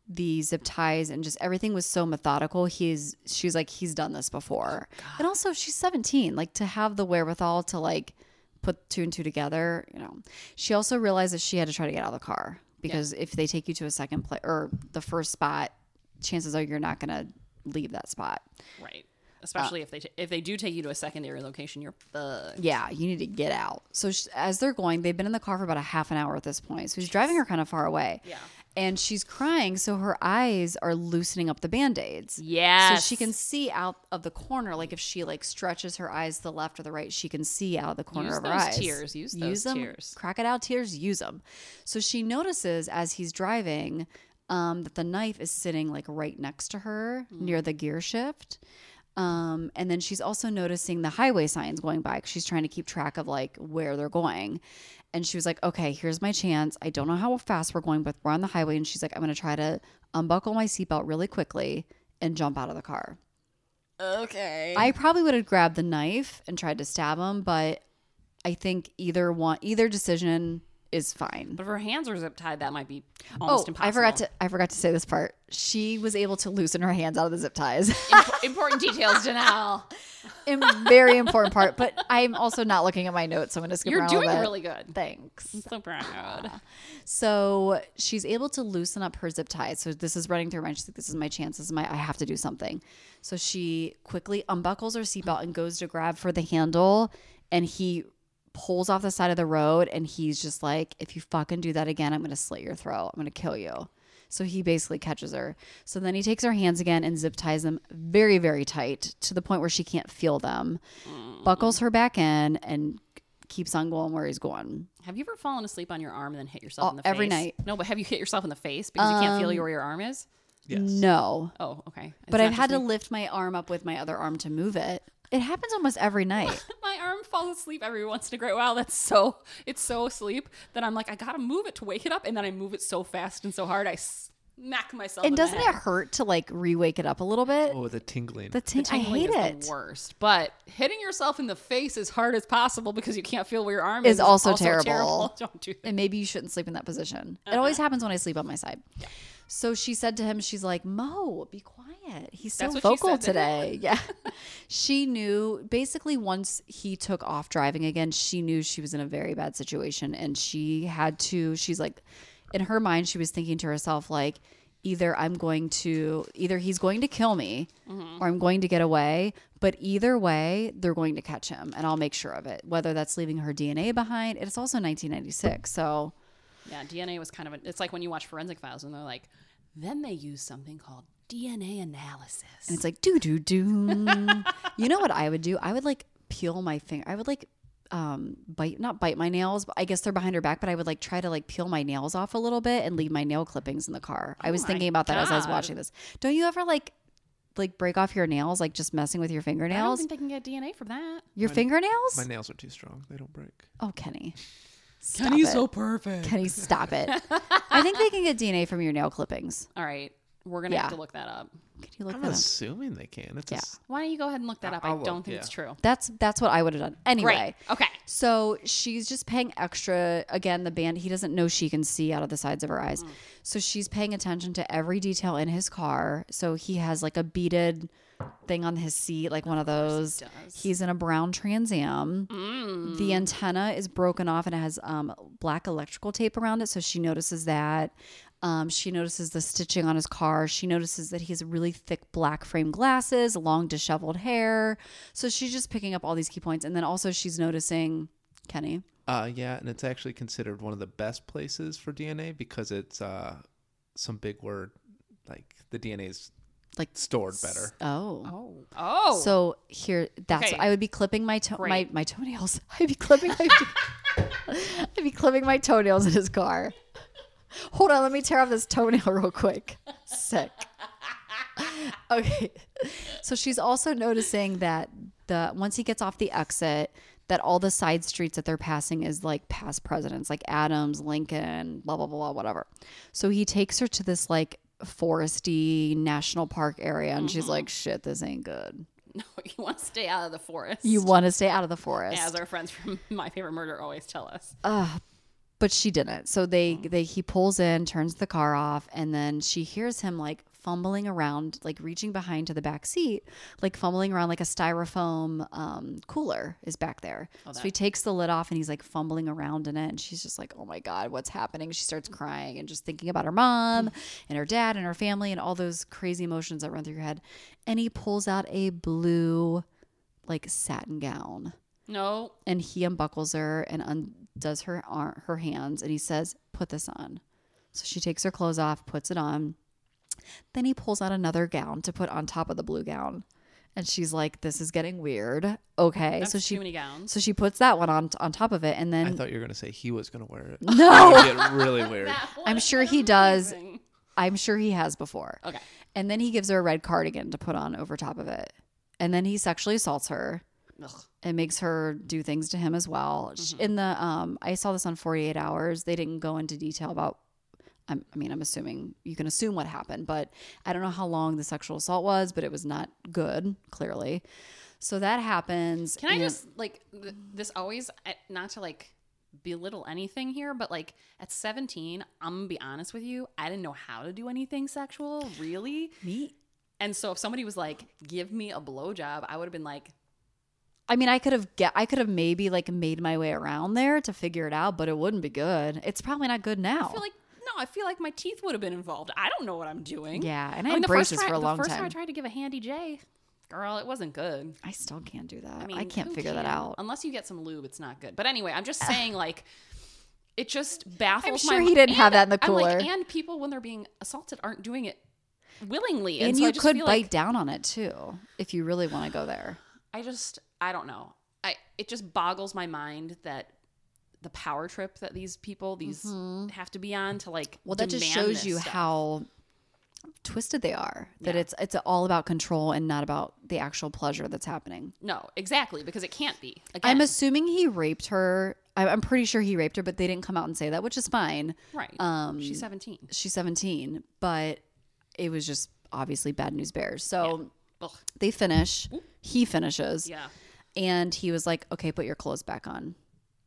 [SPEAKER 2] the zip ties and just everything was so methodical. He's she's like he's done this before, and also she's seventeen. Like to have the wherewithal to like put two and two together. You know, she also realized that she had to try to get out of the car because if they take you to a second place or the first spot, chances are you're not gonna leave that spot.
[SPEAKER 1] Right. Especially
[SPEAKER 2] Uh,
[SPEAKER 1] if they t- if they do take you to a secondary location, you're fucked.
[SPEAKER 2] Yeah, you need to get out. So sh as they're going, they've been in the car for about a half an hour at this point. So he's driving her kind of far away.
[SPEAKER 1] Yeah.
[SPEAKER 2] And she's crying, so her eyes are loosening up the band-aids.
[SPEAKER 1] Yes.
[SPEAKER 2] So she can see out of the corner. Like if she like stretches her eyes to the left or the right, she can see out of the corner
[SPEAKER 1] Use
[SPEAKER 2] of her
[SPEAKER 1] those
[SPEAKER 2] eyes.
[SPEAKER 1] tears. Use those
[SPEAKER 2] them.
[SPEAKER 1] tears.
[SPEAKER 2] Crocodile tears. Use them. So she notices as he's driving um, that the knife is sitting like right next to her
[SPEAKER 1] Mm.
[SPEAKER 2] near the gear shift. Um, and then she's also noticing the highway signs going by. 'cause She's trying to keep track of like where they're going. And she was like, okay, here's my chance. I don't know how fast we're going, but we're on the highway. And she's like, I'm going to try to unbuckle my seatbelt really quickly and jump out of the car.
[SPEAKER 1] Okay.
[SPEAKER 2] I probably would have grabbed the knife and tried to stab him, but I think either one, either decision is fine.
[SPEAKER 1] but if her hands were zip tied, that might be almost impossible.
[SPEAKER 2] Oh, I forgot to I forgot to say this part. She was able to loosen her hands out of the zip ties.
[SPEAKER 1] Imp- important details, Janelle.
[SPEAKER 2] Im- Very important part, but I'm also not looking at my notes, so I'm going to skip
[SPEAKER 1] You're
[SPEAKER 2] around
[SPEAKER 1] doing
[SPEAKER 2] a little bit.
[SPEAKER 1] really good. Ah.
[SPEAKER 2] Thanks.
[SPEAKER 1] So proud.
[SPEAKER 2] So she's able to loosen up her zip ties. So this is running through her mind. She's like, "This is my chance. This is my. I have to do something." So she quickly unbuckles her seatbelt and goes to grab for the handle, and he pulls off the side of the road, and he's just like, "If you fucking do that again, I'm gonna slit your throat. I'm gonna kill you." So he basically catches her. So then he takes her hands again and zip ties them very, very tight to the point where she can't feel them. Buckles her back in and keeps on going where he's going.
[SPEAKER 1] Have you ever fallen asleep on your arm and then hit yourself
[SPEAKER 2] Oh,
[SPEAKER 1] in the face?
[SPEAKER 2] every night.
[SPEAKER 1] No, but have you hit yourself in the face because you can't feel where your arm is?
[SPEAKER 3] Yes.
[SPEAKER 2] No.
[SPEAKER 1] Oh, okay. It's
[SPEAKER 2] but
[SPEAKER 1] not
[SPEAKER 2] I've had to
[SPEAKER 1] just me.
[SPEAKER 2] lift my arm up with my other arm to move it. It happens almost every night.
[SPEAKER 1] My arm falls asleep every once in a great while. That's so it's so asleep that I'm like I gotta move it to wake it up, and then I move it so fast and so hard I smack myself.
[SPEAKER 2] and
[SPEAKER 1] in
[SPEAKER 2] doesn't
[SPEAKER 1] the
[SPEAKER 2] it
[SPEAKER 1] head.
[SPEAKER 2] hurt to like re-wake it up a little bit?
[SPEAKER 3] Oh, the tingling.
[SPEAKER 2] The, ting- I
[SPEAKER 1] Tingling
[SPEAKER 2] hate
[SPEAKER 1] is
[SPEAKER 2] it.
[SPEAKER 1] The worst, but hitting yourself in the face as hard as possible because you can't feel where your arm
[SPEAKER 2] Is
[SPEAKER 1] is,
[SPEAKER 2] also terrible.
[SPEAKER 1] Don't do that.
[SPEAKER 2] and maybe you shouldn't sleep in that position.
[SPEAKER 1] Uh-huh.
[SPEAKER 2] It always happens when I sleep on my side. So she said to him, she's like, Mo, be quiet. He's so
[SPEAKER 1] That's what she
[SPEAKER 2] vocal
[SPEAKER 1] said to
[SPEAKER 2] today. yeah. She knew basically once he took off driving again, she knew she was in a very bad situation and she had to, she's like, in her mind, she was thinking to herself, like, either I'm going to, either he's going to kill me
[SPEAKER 1] Mm-hmm.
[SPEAKER 2] or I'm going to get away. But either way, they're going to catch him and I'll make sure of it. Whether that's leaving her DNA behind, it's also 1996. So
[SPEAKER 1] Yeah, DNA was kind of a, it's like when you watch Forensic Files and they're like, then they use something called DNA analysis.
[SPEAKER 2] And it's like do do do. you know what I would do? I would like peel my finger. I would like um bite not bite my nails, but I guess they're behind her back, but I would like try to like peel my nails off a little bit and leave my nail clippings in the car. I was
[SPEAKER 1] Oh my
[SPEAKER 2] thinking about that as I was
[SPEAKER 1] God.
[SPEAKER 2] watching this. Don't you ever like like break off your nails like just messing with your
[SPEAKER 1] I don't
[SPEAKER 2] fingernails?
[SPEAKER 1] think they can get DNA from that.
[SPEAKER 2] your
[SPEAKER 3] My-
[SPEAKER 2] fingernails?
[SPEAKER 3] My nails are too strong. They don't break.
[SPEAKER 2] oh, Kenny. Stop Kenny's so perfect. Kenny, stop it. I think they can get DNA from your nail clippings.
[SPEAKER 1] All right, we're gonna
[SPEAKER 2] Yeah.
[SPEAKER 1] have to look that up.
[SPEAKER 2] Can you look
[SPEAKER 3] I'm
[SPEAKER 2] that up?
[SPEAKER 3] assuming they can. It's a
[SPEAKER 2] Yeah.
[SPEAKER 3] s-
[SPEAKER 1] Why don't you go ahead and look that up? I
[SPEAKER 3] I'll
[SPEAKER 1] don't
[SPEAKER 3] look,
[SPEAKER 1] think
[SPEAKER 3] yeah.
[SPEAKER 1] it's true.
[SPEAKER 2] That's that's what I would have done. Anyway.
[SPEAKER 1] Great. Okay.
[SPEAKER 2] So she's just paying extra. Again, the band, he doesn't know she can see out of the sides of her eyes. So she's paying attention to every detail in his car. So he has like a beaded thing on his seat, like one of those. He's in a brown Trans Am. The antenna is broken off and it has um, black electrical tape around it. So she notices that. Um, she notices the stitching on his car. She notices that he has really thick black frame glasses, long disheveled hair. So she's just picking up all these key points. And then also she's noticing Kenny.
[SPEAKER 3] Uh, yeah, and it's actually considered one of the best places for DNA because it's uh, some big word like the DNA is
[SPEAKER 2] Like,
[SPEAKER 3] stored better.
[SPEAKER 2] Oh.
[SPEAKER 1] Oh. Oh.
[SPEAKER 2] So here, that's
[SPEAKER 1] Okay.
[SPEAKER 2] I would be clipping my to- my
[SPEAKER 1] Great.
[SPEAKER 2] my toenails. I'd be clipping my I'd be clipping my toenails in his car. Hold on, let me tear off this toenail real quick. Sick. Okay. So she's also noticing that the once he gets off the exit, that all the side streets that they're passing is like past presidents, like Adams, Lincoln, blah blah blah, whatever. So he takes her to this like foresty national park area, and
[SPEAKER 1] Mm-hmm.
[SPEAKER 2] she's like, "Shit, this ain't good.
[SPEAKER 1] no, you want to stay out of the forest.
[SPEAKER 2] You want to stay out of the forest."
[SPEAKER 1] Uh, as our friends from My Favorite Murder always tell us.
[SPEAKER 2] but she didn't. So they they he pulls in, turns the car off, and then she hears him like fumbling around, like reaching behind to the back seat, like fumbling around like a styrofoam um, cooler is back there. so he takes the lid off and he's like fumbling around in it, and she's just like, "Oh my god, what's happening?" She starts crying and just thinking about her mom and her dad and her family and all those crazy emotions that run through your head. And he pulls out a blue, like satin gown
[SPEAKER 1] No.
[SPEAKER 2] and he unbuckles her and undoes her ar- her hands and he says put this on so she takes her clothes off puts it on then he pulls out another gown to put on top of the blue gown and she's like this is getting weird okay
[SPEAKER 1] That's
[SPEAKER 2] so she
[SPEAKER 1] too many gowns.
[SPEAKER 2] so she puts that one on on top of it and
[SPEAKER 3] I
[SPEAKER 2] then
[SPEAKER 3] thought you were gonna say he was gonna wear it. No, get really weird.
[SPEAKER 2] I'm sure he does.
[SPEAKER 1] Amazing.
[SPEAKER 2] i'm sure he has before
[SPEAKER 1] Okay.
[SPEAKER 2] and then he gives her a red cardigan to put on over top of it and then he sexually assaults her
[SPEAKER 1] Ugh.
[SPEAKER 2] it makes her do things to him as well.
[SPEAKER 1] Mm-hmm.
[SPEAKER 2] Sh In the um, I saw this on 48 Hours. They didn't go into detail about. I'm, I mean, I'm assuming you can assume what happened, but I don't know how long the sexual assault was, but it was not good, clearly. So that happens.
[SPEAKER 1] Can I
[SPEAKER 2] and-
[SPEAKER 1] just like th- this always I- not to like belittle anything here, but like at 17, I'm gonna be honest with you, I didn't know how to do anything sexual really.
[SPEAKER 2] me?
[SPEAKER 1] And so if somebody was like, "Give me a blowjob," I would have been like,
[SPEAKER 2] I mean, I could have get, I could have maybe like made my way around there to figure it out, but it wouldn't be good. It's probably not good now.
[SPEAKER 1] "I feel like no, I feel like my teeth would have been involved. I don't know what I'm doing."
[SPEAKER 2] yeah, and I,
[SPEAKER 1] mean, the
[SPEAKER 2] embraced
[SPEAKER 1] first
[SPEAKER 2] this
[SPEAKER 1] try-
[SPEAKER 2] for a long
[SPEAKER 1] The first time I
[SPEAKER 2] time.
[SPEAKER 1] tried to give a handy J, girl, it wasn't good.
[SPEAKER 2] I still can't do that. I,
[SPEAKER 1] I mean,
[SPEAKER 2] can't
[SPEAKER 1] who
[SPEAKER 2] figure that
[SPEAKER 1] can?
[SPEAKER 2] out.
[SPEAKER 1] Unless you get some lube, it's not good. But anyway, I'm just saying, like, it just baffles.
[SPEAKER 2] I'm
[SPEAKER 1] my
[SPEAKER 2] sure
[SPEAKER 1] mi-
[SPEAKER 2] he didn't have
[SPEAKER 1] and
[SPEAKER 2] that in the
[SPEAKER 1] I'm like,
[SPEAKER 2] cooler.
[SPEAKER 1] and people, when they're being assaulted, aren't doing it willingly. And,
[SPEAKER 2] and
[SPEAKER 1] so I
[SPEAKER 2] you
[SPEAKER 1] just
[SPEAKER 2] could
[SPEAKER 1] feel
[SPEAKER 2] bite
[SPEAKER 1] like-
[SPEAKER 2] down on it too if you really want to go there.
[SPEAKER 1] I just, I don't know. I it just boggles my mind that the power trip that these people, these have to be on to like.
[SPEAKER 2] Mm-hmm. Well, that just
[SPEAKER 1] demand
[SPEAKER 2] shows
[SPEAKER 1] this
[SPEAKER 2] you
[SPEAKER 1] stuff.
[SPEAKER 2] how twisted they are. That
[SPEAKER 1] Yeah.
[SPEAKER 2] it's it's all about control and not about the actual pleasure that's happening.
[SPEAKER 1] No, exactly, because it can't be. Again,
[SPEAKER 2] I'm assuming he raped her. I- I'm pretty sure he raped her, but they didn't come out and say that, which is fine.
[SPEAKER 1] right.
[SPEAKER 2] Um,
[SPEAKER 1] She's 17.
[SPEAKER 2] She's 17, but it was just obviously bad news bears. So
[SPEAKER 1] Ugh,
[SPEAKER 2] they finish. He finishes,
[SPEAKER 1] yeah.
[SPEAKER 2] and he was like, "Okay, put your clothes back on,"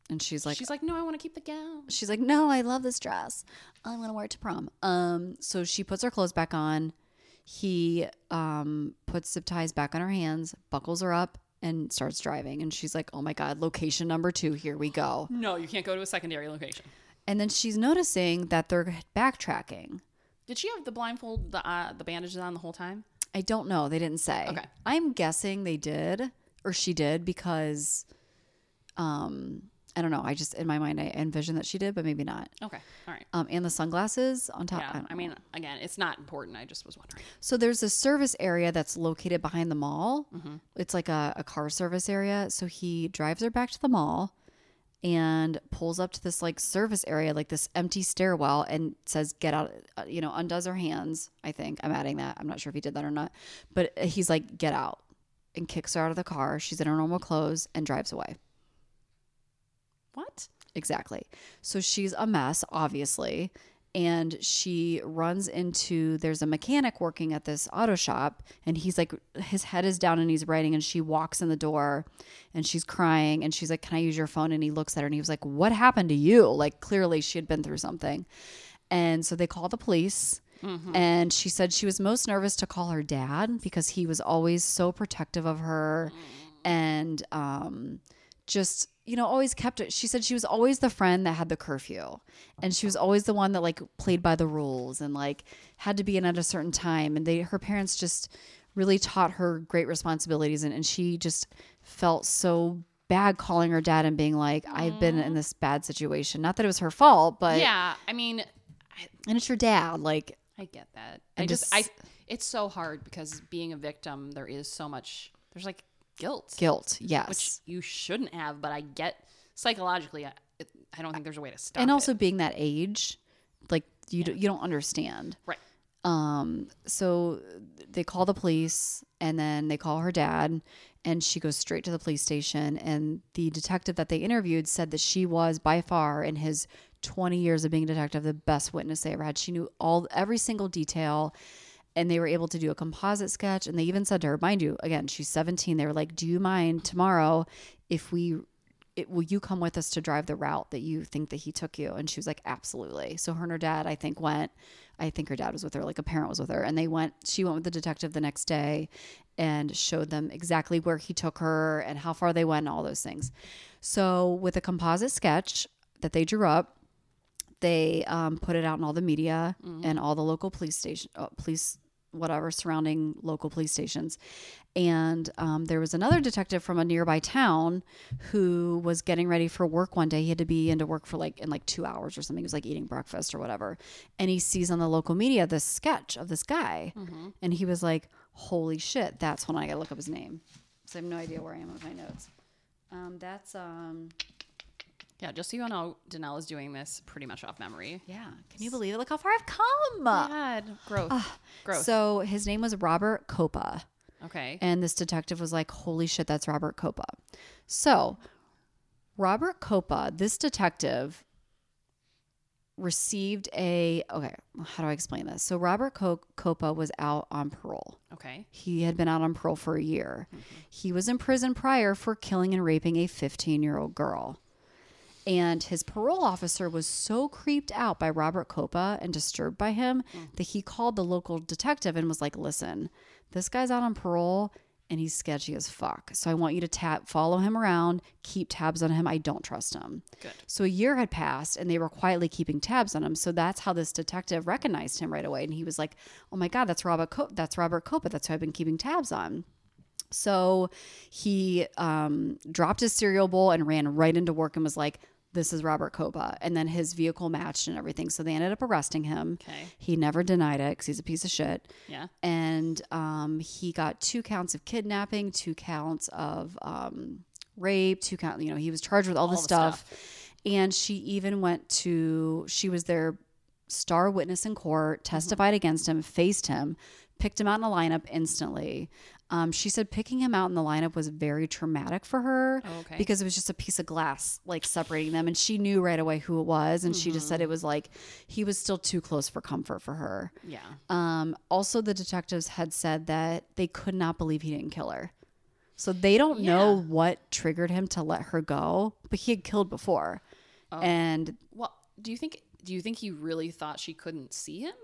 [SPEAKER 2] and she's like,
[SPEAKER 1] She's like, no, I want to keep the gown.
[SPEAKER 2] she's like, "No, I love this dress. I'm gonna wear it to prom." Um, so she puts her clothes back on. He um puts zip ties back on her hands, buckles her up, and starts driving. And she's like, "Oh my god, location number two. Here we go."
[SPEAKER 1] No, you can't go to a secondary location.
[SPEAKER 2] And then she's noticing that they're backtracking.
[SPEAKER 1] Did she have the blindfold, the uh, the bandages on the whole time?
[SPEAKER 2] I don't know. They didn't say.
[SPEAKER 1] Okay.
[SPEAKER 2] I'm guessing they did or she did because, um, I don't know. I just in my mind I envisioned that she did, but maybe not.
[SPEAKER 1] Okay, all right.
[SPEAKER 2] Um, and the sunglasses on top.
[SPEAKER 1] Yeah,
[SPEAKER 2] don't
[SPEAKER 1] Uh, I mean, again, it's not important. I just was wondering.
[SPEAKER 2] So there's a service area that's located behind the mall. It's like a, a car service area. So he drives her back to the mall and pulls up to this like service area, like this empty stairwell, and says, Get out, uh, you know, undoes her hands. I think I'm adding that. I'm not sure if he did that or not. But uh, he's like, Get out and kicks her out of the car. She's in her normal clothes and drives away.
[SPEAKER 1] What?
[SPEAKER 2] Exactly. So she's a mess, obviously. And she runs into there's a mechanic working at this auto shop, and he's like, his head is down and he's writing. And she walks in the door and she's crying. And she's like, Can I use your phone? And he looks at her and he was like, What happened to you? Like, clearly she had been through something. And so they call the police. And she said she was most nervous to call her dad because he was always so protective of her and um, just you know always kept it she said she was always the friend that had the curfew and she was always the one that like played by the rules and like had to be in at a certain time and they her parents just really taught her great responsibilities and, and she just felt so bad calling her dad and being like i've been in this bad situation not that it was her fault but
[SPEAKER 1] Mm-hmm. yeah, I mean,
[SPEAKER 2] and it's your dad like
[SPEAKER 1] I get that.
[SPEAKER 2] And
[SPEAKER 1] I just,
[SPEAKER 2] just-
[SPEAKER 1] I, it's so hard because being a victim, there is so much. There's like guilt,
[SPEAKER 2] guilt yes
[SPEAKER 1] which you shouldn't have. But I get psychologically, I, it, I don't think there's a way to stop.
[SPEAKER 2] and
[SPEAKER 1] it.
[SPEAKER 2] also being that age like you, d- you don't understand
[SPEAKER 1] right?
[SPEAKER 2] Um, so they call the police and then they call her dad and she goes straight to the police station and the detective that they interviewed said that she was by far in his 20 years of being a detective the best witness they ever had. She knew all every single detail and they were able to do a composite sketch and they even said to her, mind you, again, she's 17. They were like, "Do you mind tomorrow if we it, will you come with us to drive the route that you think that he took you? And she was like, absolutely. So her and her dad, I think, went. I think her dad was with her, like a parent was with her, and they went. She went with the detective the next day, and showed them exactly where he took her and how far they went, and all those things. So with a composite sketch that they drew up, they um, put it out in all the media and all the local police station, uh, police whatever surrounding local police stations. And um, there was another detective from a nearby town who was getting ready for work one day. He had to be into work for like in like two hours or something. He was like eating breakfast or whatever. And he sees on the local media this sketch of this guy. And he was like, holy shit, that's when I gotta look up his name. So I have no idea where I am with my notes. Um, that's, um,
[SPEAKER 1] Yeah, just so you know, Danelle is doing this pretty much off memory.
[SPEAKER 2] yeah. Can you believe it? Look how far I've come.
[SPEAKER 1] God, growth, growth.
[SPEAKER 2] So his name was Robert Copa.
[SPEAKER 1] okay,
[SPEAKER 2] And this detective was like, holy shit, that's Robert Copa. So, Robert Copa, this detective, received a. Okay, how do I explain this? So, Robert Co- Copa was out on parole.
[SPEAKER 1] okay,
[SPEAKER 2] He had been out on parole for a year. He was in prison prior for killing and raping a 15 year old girl. And his parole officer was so creeped out by Robert Copa and disturbed by him that he called the local detective and was like, listen, this guy's out on parole and he's sketchy as fuck. So I want you to tab- follow him around, keep tabs on him. I don't trust him.
[SPEAKER 1] good.
[SPEAKER 2] So a year had passed and they were quietly keeping tabs on him. So that's how this detective recognized him right away. And he was like, oh my God, that's Robert, Co- that's Robert Copa. That's who I've been keeping tabs on. So he um, dropped his cereal bowl and ran right into work and was like, this is Robert Copa. And then his vehicle matched and everything. So they ended up arresting him.
[SPEAKER 1] Okay.
[SPEAKER 2] He never denied it because he's a piece of shit
[SPEAKER 1] Yeah,
[SPEAKER 2] and um, he got two counts of kidnapping, two counts of um, rape, two count. You know, he was charged with all, this
[SPEAKER 1] the
[SPEAKER 2] stuff. And she even went to. She was their star witness in court,
[SPEAKER 1] Mm-hmm.
[SPEAKER 2] testified against him, faced him, picked him out in the lineup instantly. Um, she said picking him out in the lineup was very traumatic for her
[SPEAKER 1] Oh, okay.
[SPEAKER 2] because it was just a piece of glass like separating them, and she knew right away who it was, and she just said
[SPEAKER 1] Mm-hmm.
[SPEAKER 2] it was like he was still too close for comfort for her.
[SPEAKER 1] yeah.
[SPEAKER 2] Um, also, the detectives had said that they could not believe he didn't kill her. So they don't know
[SPEAKER 1] Yeah.
[SPEAKER 2] what triggered him to let her go, but he had killed before.
[SPEAKER 1] Oh.
[SPEAKER 2] And
[SPEAKER 1] Well, do you think do you think he really thought she couldn't see him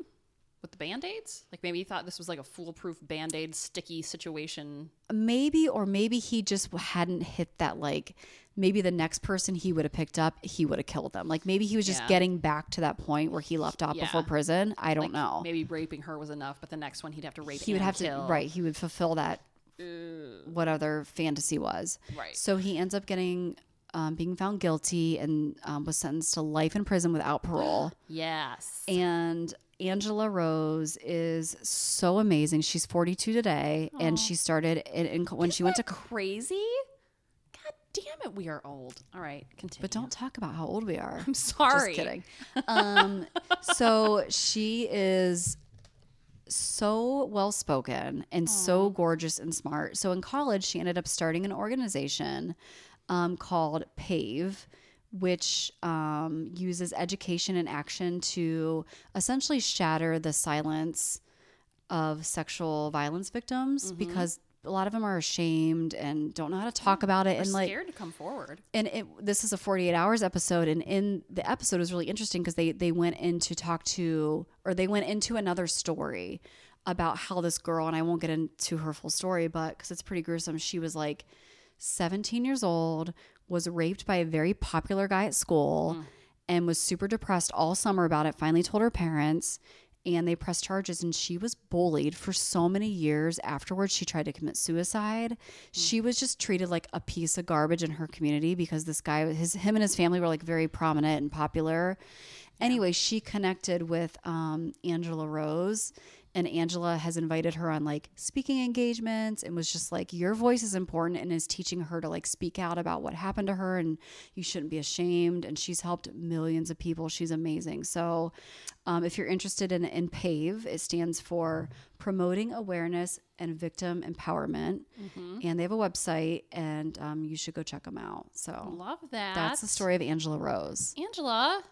[SPEAKER 1] with the band-aids? Like maybe he thought this was like a foolproof band-aid sticky situation.
[SPEAKER 2] maybe, or maybe he just hadn't hit that, like, maybe the next person he would have picked up, he would have killed them. Like, maybe he was just
[SPEAKER 1] Yeah.
[SPEAKER 2] getting back to that point where he left off
[SPEAKER 1] Yeah.
[SPEAKER 2] before prison. I don't
[SPEAKER 1] Like,
[SPEAKER 2] know.
[SPEAKER 1] Maybe raping her was enough, but the next one he'd have to rape.
[SPEAKER 2] Oh. he would
[SPEAKER 1] and
[SPEAKER 2] have
[SPEAKER 1] kill.
[SPEAKER 2] to, right? He would fulfill that, what other fantasy was.
[SPEAKER 1] Right.
[SPEAKER 2] So he ends up getting um, being found guilty and um, was sentenced to life in prison without parole.
[SPEAKER 1] Yes.
[SPEAKER 2] and Angela Rose is so amazing. She's 42 today, and she started in, in, when she went to. co-
[SPEAKER 1] crazy. God damn it, we are old. All right, continue.
[SPEAKER 2] But don't talk about how old we are.
[SPEAKER 1] I'm sorry.
[SPEAKER 2] Just kidding. Um, so she is so well spoken and so gorgeous and smart. So in college, she ended up starting an organization um, called PAVE. Which um, uses education and action to essentially shatter the silence of sexual violence victims because a lot of them are ashamed and don't know how to talk about it. and like,
[SPEAKER 1] scared to come forward.
[SPEAKER 2] and it, this is a 48 hours episode and in the episode was really interesting because they they went in to talk to or they went into another story about how this girl and i won't get into her full story but because it's pretty gruesome she was like 17 years old was raped by a very popular guy at school and was super depressed all summer about it finally told her parents and they pressed charges and she was bullied for so many years afterwards she tried to commit suicide she was just treated like a piece of garbage in her community because this guy his him and his family were like very prominent and popular anyway she connected with um, angela rose and angela has invited her on like speaking engagements and was just like your voice is important and is teaching her to like speak out about what happened to her and you shouldn't be ashamed and she's helped millions of people she's amazing so um, if you're interested in, in PAVE, it stands for Promoting Awareness and Victim Empowerment.
[SPEAKER 1] Mm-hmm.
[SPEAKER 2] And they have a website, and um, you should go check them out. So
[SPEAKER 1] Love that.
[SPEAKER 2] that's the story of Angela Rose.
[SPEAKER 1] Angela.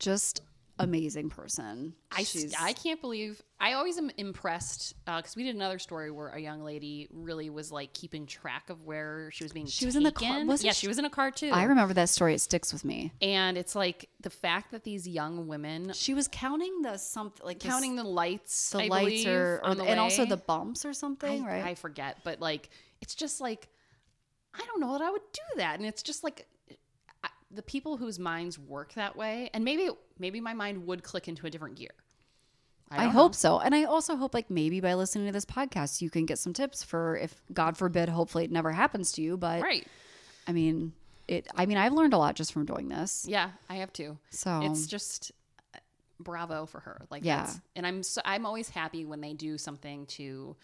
[SPEAKER 2] Just amazing person.
[SPEAKER 1] I,
[SPEAKER 2] She's-
[SPEAKER 1] I can't believe I always am impressed because we did another story where a young lady really was like keeping track of where she was being.
[SPEAKER 2] She was in the car,
[SPEAKER 1] taken.
[SPEAKER 2] wasn't
[SPEAKER 1] yeah,
[SPEAKER 2] she-
[SPEAKER 1] she was in a car too.
[SPEAKER 2] I remember that story. It sticks with me.
[SPEAKER 1] and it's like the fact that these young women
[SPEAKER 2] She was counting the something like
[SPEAKER 1] counting the lights,
[SPEAKER 2] the
[SPEAKER 1] I
[SPEAKER 2] lights
[SPEAKER 1] believe,
[SPEAKER 2] or, or
[SPEAKER 1] on
[SPEAKER 2] the-
[SPEAKER 1] the
[SPEAKER 2] and also
[SPEAKER 1] way.
[SPEAKER 2] the bumps or something,
[SPEAKER 1] I,
[SPEAKER 2] right?
[SPEAKER 1] I forget, but like it's just like I don't know that I would do that, and it's just like I, the people whose minds work that way, and maybe maybe my mind would click into a different gear.
[SPEAKER 2] I,
[SPEAKER 1] don't
[SPEAKER 2] hope so. And I also hope like maybe by listening to this podcast you can get some tips for if God forbid hopefully it never happens to you, but
[SPEAKER 1] know. right.
[SPEAKER 2] I mean, it I mean, I've learned a lot just from doing this.
[SPEAKER 1] Yeah, I have too.
[SPEAKER 2] So
[SPEAKER 1] it's just uh, bravo for her. Like
[SPEAKER 2] Um, Yeah.
[SPEAKER 1] that's- and I'm so, I'm always happy when they do something to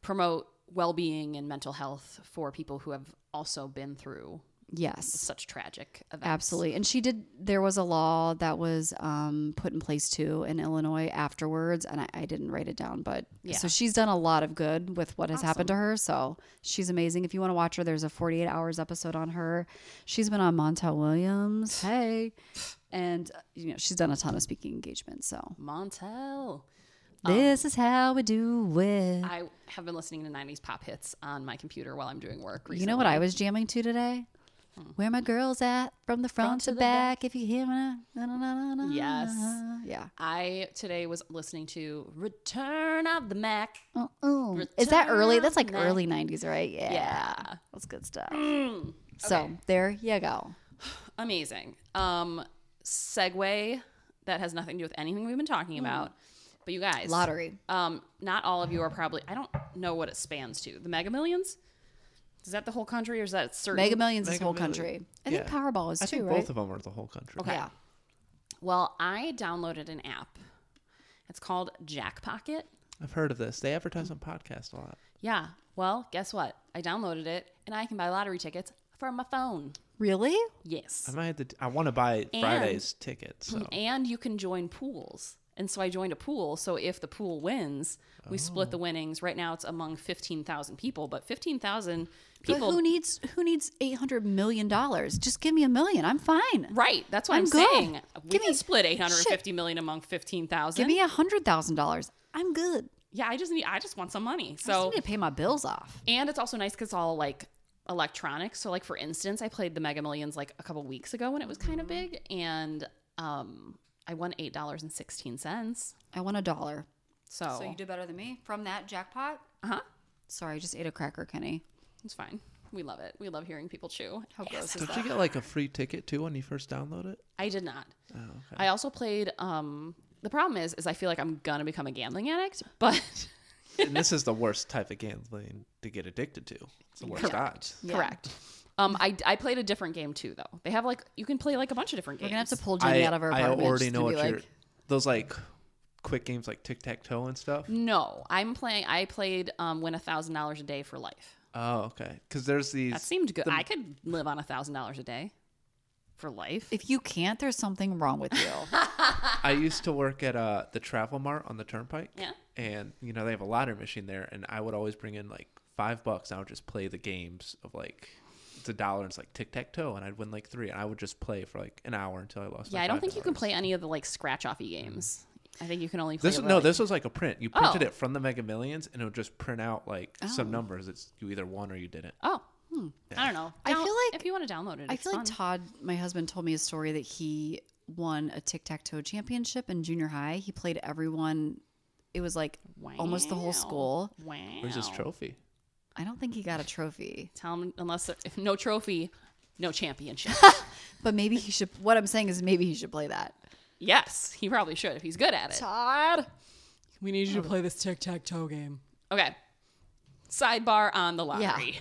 [SPEAKER 1] promote well-being and mental health for people who have also been through
[SPEAKER 2] yes.
[SPEAKER 1] such tragic events.
[SPEAKER 2] Absolutely. And she did there was a law that was um, put in place too in Illinois afterwards and I, I didn't write it down, but
[SPEAKER 1] Yeah.
[SPEAKER 2] so she's done a lot of good with what has happened to her. So she's amazing. If you want to watch her, there's a forty eight hours episode on her. She's been on Montel Williams. Hey. And uh, you know, she's done a ton of speaking engagements, so
[SPEAKER 1] Montel.
[SPEAKER 2] This is how we do it.
[SPEAKER 1] Um, I have been listening to 90s pop hits on my computer while I'm doing work. Recently.
[SPEAKER 2] you know what I was jamming to today? Where my girls at? From the front,
[SPEAKER 1] Hmm. Front
[SPEAKER 2] to,
[SPEAKER 1] to
[SPEAKER 2] back,
[SPEAKER 1] the
[SPEAKER 2] If you hear me, na, na, na, na, na,
[SPEAKER 1] Yes.
[SPEAKER 2] na. Yeah.
[SPEAKER 1] I today was listening to Return of the Mac.
[SPEAKER 2] Uh, uh. Is that early? That's like
[SPEAKER 1] Return
[SPEAKER 2] early '90s, right? Yeah.
[SPEAKER 1] Yeah. Mm.
[SPEAKER 2] That's good stuff. So there you go.
[SPEAKER 1] Amazing. Um, segue that has nothing to do with anything we've been talking about. But you guys,
[SPEAKER 2] Lottery.
[SPEAKER 1] Um, not all of you are probably. I don't know what it spans to. The Mega Millions. Is that the whole country, or is that certain?
[SPEAKER 2] Mega Millions is
[SPEAKER 3] Mega
[SPEAKER 2] whole
[SPEAKER 3] Million.
[SPEAKER 2] country. I think
[SPEAKER 3] Yeah.
[SPEAKER 2] Powerball is
[SPEAKER 3] I
[SPEAKER 2] too,
[SPEAKER 3] think
[SPEAKER 2] right?
[SPEAKER 3] both of them are the whole country.
[SPEAKER 1] Okay.
[SPEAKER 2] Yeah.
[SPEAKER 1] Well, I downloaded an app. It's called Jackpocket.
[SPEAKER 3] I've heard of this. They advertise on podcasts a lot.
[SPEAKER 1] Yeah. Well, guess what? I downloaded it, and I can buy lottery tickets from my phone.
[SPEAKER 2] Really?
[SPEAKER 1] Yes.
[SPEAKER 3] I might have to. I want to buy Friday's ticket. So
[SPEAKER 1] and you can join pools. And so I joined a pool. So if the pool wins, we split
[SPEAKER 2] Oh.
[SPEAKER 1] the winnings. Right now it's among 15,000 people, but 15,000
[SPEAKER 2] But
[SPEAKER 1] people.
[SPEAKER 2] who needs who needs eight hundred million dollars? Just give me a million. I'm fine.
[SPEAKER 1] right. That's what
[SPEAKER 2] I'm
[SPEAKER 1] I'm,
[SPEAKER 2] good.
[SPEAKER 1] saying. We
[SPEAKER 2] Give
[SPEAKER 1] can
[SPEAKER 2] me-
[SPEAKER 1] split 850 million among 15,000.
[SPEAKER 2] Give me a hundred thousand dollars. I'm good.
[SPEAKER 1] yeah, I just need, I just want some
[SPEAKER 2] I
[SPEAKER 1] money.
[SPEAKER 2] just
[SPEAKER 1] So,
[SPEAKER 2] need to pay my bills off.
[SPEAKER 1] and it's also nice because it's all like electronic. So, like for instance, I played the Mega Millions like a couple weeks ago when it was kind
[SPEAKER 2] Mm-hmm.
[SPEAKER 1] of big, and um, I won $8.16.
[SPEAKER 2] I want a dollar.
[SPEAKER 1] So,
[SPEAKER 2] So you did better than me from that jackpot.
[SPEAKER 1] uh huh.
[SPEAKER 2] Sorry, I just ate a cracker, Kenny.
[SPEAKER 1] It's fine. We love it. We love hearing people chew.
[SPEAKER 2] How gross is
[SPEAKER 3] did
[SPEAKER 2] that?
[SPEAKER 3] you get like a free ticket too when you first download it?
[SPEAKER 1] I did not.
[SPEAKER 3] Oh, okay.
[SPEAKER 1] I also played. Um, the problem is, is I feel like I'm gonna become a gambling addict, but
[SPEAKER 3] and this is the worst type of gambling to get addicted to. It's the worst odds.
[SPEAKER 2] Yeah.
[SPEAKER 1] correct. Um, I, I played a different game too, though. They have like you can play like a bunch of different
[SPEAKER 2] We're gonna
[SPEAKER 1] games.
[SPEAKER 2] have to pull Jenny
[SPEAKER 3] I,
[SPEAKER 2] out of her
[SPEAKER 3] I
[SPEAKER 2] apartment.
[SPEAKER 3] already
[SPEAKER 2] She's
[SPEAKER 3] know
[SPEAKER 2] gonna
[SPEAKER 3] what
[SPEAKER 2] be
[SPEAKER 3] you're.
[SPEAKER 2] like,
[SPEAKER 3] Those like quick games like tic tac toe and stuff.
[SPEAKER 1] Mm. No, I'm playing. I played um, win a thousand dollars a day for life.
[SPEAKER 3] Oh, okay. Because there's these.
[SPEAKER 1] That seemed good. I could live on a thousand dollars a day for life.
[SPEAKER 2] If you can't, there's something wrong with you.
[SPEAKER 3] I used to work at uh, the Travel Mart on the Turnpike.
[SPEAKER 1] Yeah.
[SPEAKER 3] And, you know, they have a lottery machine there. And I would always bring in like five bucks. And I would just play the games of like, it's a dollar and it's like tic tac toe. And I'd win like three. And I would just play for like an hour until I lost
[SPEAKER 1] yeah,
[SPEAKER 3] my
[SPEAKER 1] I don't think you can
[SPEAKER 3] $5.
[SPEAKER 1] play any of the like scratch offy games. I think you can only play
[SPEAKER 3] This
[SPEAKER 1] over,
[SPEAKER 3] no,
[SPEAKER 1] like-
[SPEAKER 3] this was like a print. You printed
[SPEAKER 1] Oh.
[SPEAKER 3] it from the Mega Millions, and it would just print out like some numbers. It's you either won or you didn't.
[SPEAKER 1] Oh, I don't know.
[SPEAKER 2] I
[SPEAKER 1] Down-
[SPEAKER 2] feel like-
[SPEAKER 1] if you want to download it,
[SPEAKER 2] I
[SPEAKER 1] it's
[SPEAKER 2] feel like
[SPEAKER 1] fun.
[SPEAKER 2] Todd, my husband, told me a story that he won a tic tac toe championship in junior high. He played everyone. It was like almost the whole
[SPEAKER 1] Wow.
[SPEAKER 2] school.
[SPEAKER 1] Wow.
[SPEAKER 3] Where's this trophy?
[SPEAKER 2] I don't think he got a trophy,
[SPEAKER 1] Tell him unless if no trophy, no championship.
[SPEAKER 2] but maybe he should. What I'm saying is maybe he should play that.
[SPEAKER 1] yes, he probably should if he's good at it.
[SPEAKER 2] Todd.
[SPEAKER 1] We need you to play this tic tac toe game. Okay. Sidebar on the lottery.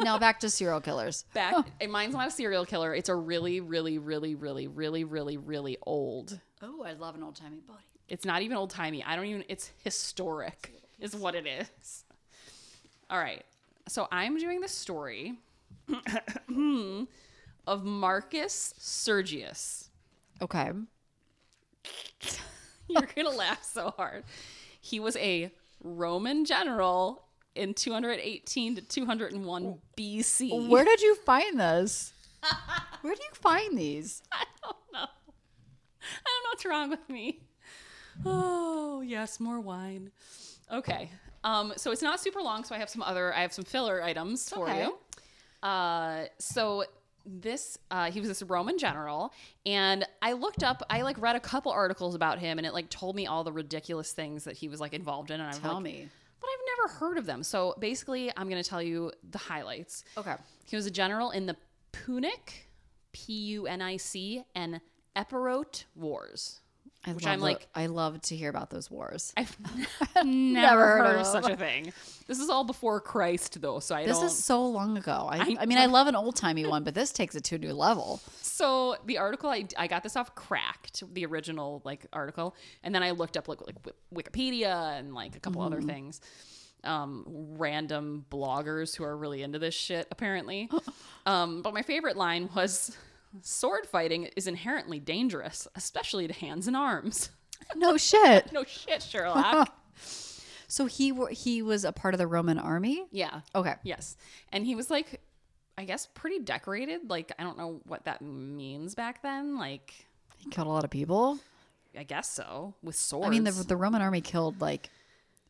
[SPEAKER 2] Now back to serial killers.
[SPEAKER 1] Back, and mine's not a serial killer. It's a really, really, really, really, really, really, really old.
[SPEAKER 2] Oh, I love an old timey buddy.
[SPEAKER 1] It's not even old timey. I don't even. It's historic, is what it is. All right. So I'm doing the story hmm, of Marcus Sergius.
[SPEAKER 2] Okay.
[SPEAKER 1] You're gonna laugh so hard. He was a Roman general in 218 to 201 BC.
[SPEAKER 2] Where did you find this? Where do you find these?
[SPEAKER 1] I don't know. I don't know. It's wrong with me? Oh, yes, more wine. Okay. Um, so it's not super long, so I have some other I have some filler items for
[SPEAKER 2] Okay.
[SPEAKER 1] you. Uh, so this uh, he was this Roman general, and I looked up. I like read a couple articles about him, and it like told me all the ridiculous things that he was like involved in. And I'm
[SPEAKER 2] Tell
[SPEAKER 1] like,
[SPEAKER 2] me.
[SPEAKER 1] but I've never heard of them. So basically, I'm going to tell you the highlights.
[SPEAKER 2] Okay.
[SPEAKER 1] He was a general in the Punic, P U N I C, and Epirote Wars.
[SPEAKER 2] I
[SPEAKER 1] Which
[SPEAKER 2] love
[SPEAKER 1] I'm
[SPEAKER 2] the-
[SPEAKER 1] like-
[SPEAKER 2] I love to hear about those wars.
[SPEAKER 1] I've never, heard,
[SPEAKER 2] heard
[SPEAKER 1] of
[SPEAKER 2] of
[SPEAKER 1] such a thing. This is all before Christ, though, so I
[SPEAKER 2] This
[SPEAKER 1] don't.
[SPEAKER 2] is so long ago. I, I, mean, I love an old timey one, but this takes it to a new level.
[SPEAKER 1] So the article I, I got this off Cracked, the original like article, and then I looked up like, like Wi- Wikipedia and like a couple other
[SPEAKER 2] Mm-hmm.
[SPEAKER 1] things. Um, random bloggers who are really into this shit apparently. um, but my favorite line was, "Sword fighting is inherently dangerous, especially to hands and arms."
[SPEAKER 2] No shit.
[SPEAKER 1] no shit, Sherlock.
[SPEAKER 2] So he wa- he was a part of the Roman army.
[SPEAKER 1] yeah.
[SPEAKER 2] Okay.
[SPEAKER 1] Yes. And he was like, I guess, pretty decorated. Like, I don't know what that means back then. Like,
[SPEAKER 2] He killed a lot of people.
[SPEAKER 1] I guess so. With swords.
[SPEAKER 2] I mean, the the Roman army killed like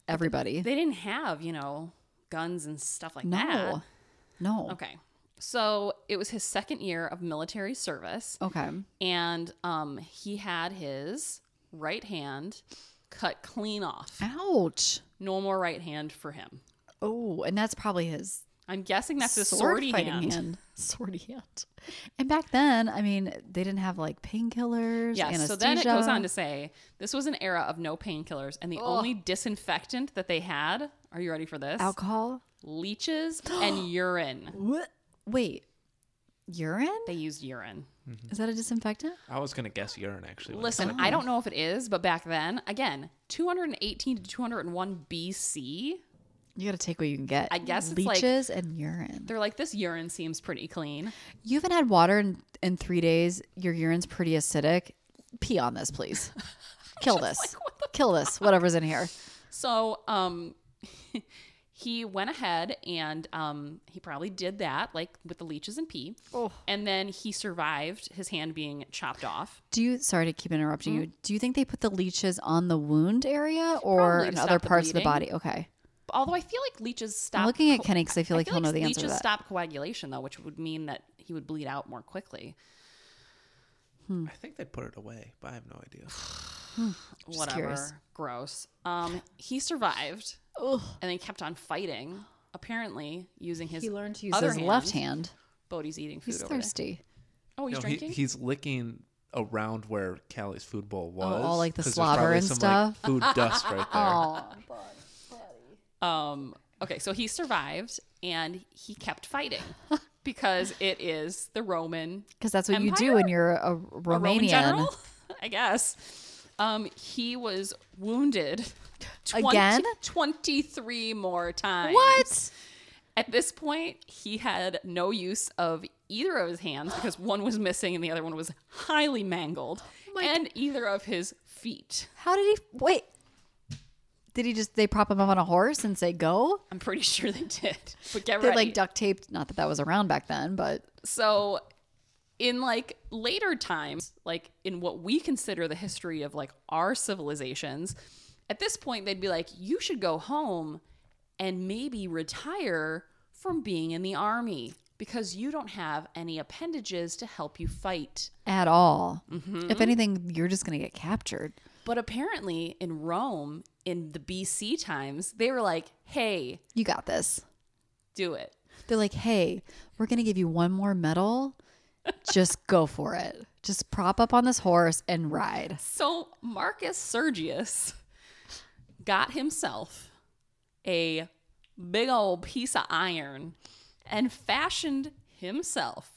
[SPEAKER 2] everybody.
[SPEAKER 1] they didn't have, you know, guns and stuff like
[SPEAKER 2] no.
[SPEAKER 1] that.
[SPEAKER 2] No.
[SPEAKER 1] Okay. So it was his second year of military service,
[SPEAKER 2] Okay.
[SPEAKER 1] and um, he had his right hand cut clean off.
[SPEAKER 2] Ouch.
[SPEAKER 1] No more right hand for him.
[SPEAKER 2] Oh, and that's probably his
[SPEAKER 1] I'm guessing that's his
[SPEAKER 2] sword
[SPEAKER 1] swordy
[SPEAKER 2] fighting
[SPEAKER 1] hand.
[SPEAKER 2] Swordy hand. And back then, I mean, they didn't have like painkillers.
[SPEAKER 1] Yes.
[SPEAKER 2] anesthesia.
[SPEAKER 1] So then it goes on to say this was an era of no painkillers, and the
[SPEAKER 2] Ugh.
[SPEAKER 1] only disinfectant that they had are you ready for this?
[SPEAKER 2] alcohol.
[SPEAKER 1] Leeches and urine.
[SPEAKER 2] What? Wait, urine?
[SPEAKER 1] They used urine.
[SPEAKER 2] Is that a disinfectant?
[SPEAKER 3] I was gonna guess urine actually. when I
[SPEAKER 1] Listen,
[SPEAKER 2] Oh.
[SPEAKER 1] I don't know if it is, but back then, again, 218 to 201 BC,
[SPEAKER 2] You got to take what you can get.
[SPEAKER 1] I guess it's like-
[SPEAKER 2] leeches and urine.
[SPEAKER 1] they're like, this urine seems pretty clean.
[SPEAKER 2] You haven't had water in, in three days. Your urine's pretty acidic. Pee on this, please. Kill this. Kill this. Whatever's in here.
[SPEAKER 1] So, um, he went ahead and um, he probably did that, like with the leeches and pee.
[SPEAKER 2] Oh.
[SPEAKER 1] And then he survived his hand being chopped off.
[SPEAKER 2] Do you? Sorry to keep interrupting you.
[SPEAKER 1] Mm-hmm.
[SPEAKER 2] Do you think they put the leeches on the wound area or
[SPEAKER 1] Probably to
[SPEAKER 2] in
[SPEAKER 1] stop
[SPEAKER 2] other
[SPEAKER 1] the
[SPEAKER 2] parts of the
[SPEAKER 1] bleeding.
[SPEAKER 2] body? Okay.
[SPEAKER 1] Although I feel like leeches stop.
[SPEAKER 2] I'm looking at
[SPEAKER 1] co-
[SPEAKER 2] Kenny because I feel like he'll know the answer to
[SPEAKER 1] leeches
[SPEAKER 2] that.
[SPEAKER 1] stop coagulation though, which would mean that he would bleed out more quickly.
[SPEAKER 3] I think they put it away, but I have no idea.
[SPEAKER 1] Whatever.
[SPEAKER 2] curious.
[SPEAKER 1] Gross. Um, he survived
[SPEAKER 2] Ugh.
[SPEAKER 1] and then kept on fighting. Apparently, using his
[SPEAKER 2] He learned to use
[SPEAKER 1] other
[SPEAKER 2] his left hand.
[SPEAKER 1] Bodhi's eating food
[SPEAKER 2] He's
[SPEAKER 1] over there.
[SPEAKER 2] thirsty.
[SPEAKER 1] Oh, he's
[SPEAKER 3] No, he,
[SPEAKER 1] drinking.
[SPEAKER 3] he's licking around where Callie's food bowl
[SPEAKER 1] Oh,
[SPEAKER 3] was.
[SPEAKER 2] all, like, the
[SPEAKER 3] 'cause there's
[SPEAKER 2] slobber
[SPEAKER 3] probably
[SPEAKER 2] and
[SPEAKER 3] some,
[SPEAKER 2] stuff?
[SPEAKER 3] Like, food dust right there.
[SPEAKER 2] Oh,
[SPEAKER 1] um, okay, so he survived and he kept fighting because it is the Roman
[SPEAKER 2] because that's what you do when you're a
[SPEAKER 1] a Roman
[SPEAKER 2] Romanian.
[SPEAKER 1] general, I guess. Um, he was wounded 20
[SPEAKER 2] Again?
[SPEAKER 1] 23 more times.
[SPEAKER 2] What?
[SPEAKER 1] At this point, he had no use of either of his hands because one was missing and the other one was highly mangled,
[SPEAKER 2] my
[SPEAKER 1] and either of his feet.
[SPEAKER 2] How did he? Wait. Did he just? They prop him up on a horse and say go?
[SPEAKER 1] I'm pretty sure they did. But get
[SPEAKER 2] They
[SPEAKER 1] ready.
[SPEAKER 2] like duct taped. Not that that was around back then, but
[SPEAKER 1] so in like later times like in what we consider the history of like our civilizations at this point they'd be like you should go home and maybe retire from being in the army because you don't have any appendages to help you fight
[SPEAKER 2] at all.
[SPEAKER 1] Mm-hmm.
[SPEAKER 2] If anything, you're just gonna get captured.
[SPEAKER 1] but apparently in rome in the bc times they were like hey
[SPEAKER 2] You got this.
[SPEAKER 1] do it
[SPEAKER 2] They're like, hey, we're gonna give you one more medal. Just go for it. Just prop up on this horse and ride.
[SPEAKER 1] So Marcus Sergius got himself a big old piece of iron and fashioned himself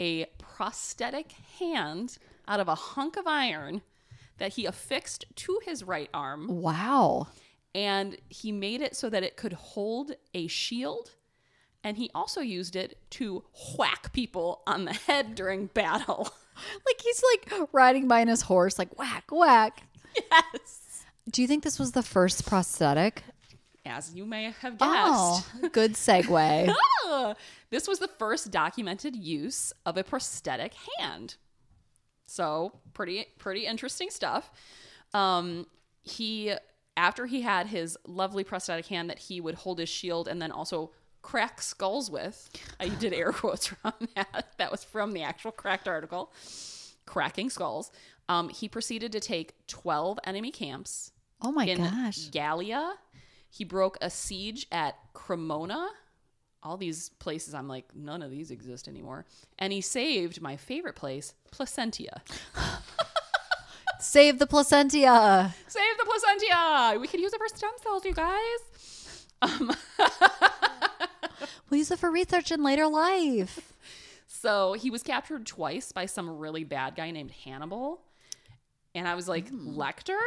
[SPEAKER 1] a prosthetic hand out of a hunk of iron that he affixed to his right arm
[SPEAKER 2] Wow.
[SPEAKER 1] and he made it so that it could hold a shield and he also used it to whack people on the head during battle.
[SPEAKER 2] Like he's like riding by on his horse, like whack, whack.
[SPEAKER 1] yes.
[SPEAKER 2] Do you think this was the first prosthetic?
[SPEAKER 1] As you may have guessed.
[SPEAKER 2] Oh, good segue.
[SPEAKER 1] Ah! This was the first documented use of a prosthetic hand. So pretty pretty interesting stuff. Um, he after he had his lovely prosthetic hand that he would hold his shield and then also crack skulls with. I did air quotes from that. That was from the actual cracked article. Cracking skulls. Um, he proceeded to take twelve enemy camps
[SPEAKER 2] Oh my
[SPEAKER 1] in
[SPEAKER 2] gosh.
[SPEAKER 1] Gallia. He broke a siege at Cremona. All these places, I'm like, none of these exist anymore. And he saved my favorite place, Placentia.
[SPEAKER 2] Save the placentia.
[SPEAKER 1] Save the Placentia! We could use it for stem cells, you guys.
[SPEAKER 2] We'll use it for research in later life.
[SPEAKER 1] So he was captured twice by some really bad guy named Hannibal. And I was like,
[SPEAKER 2] Hmm.
[SPEAKER 1] Lecter?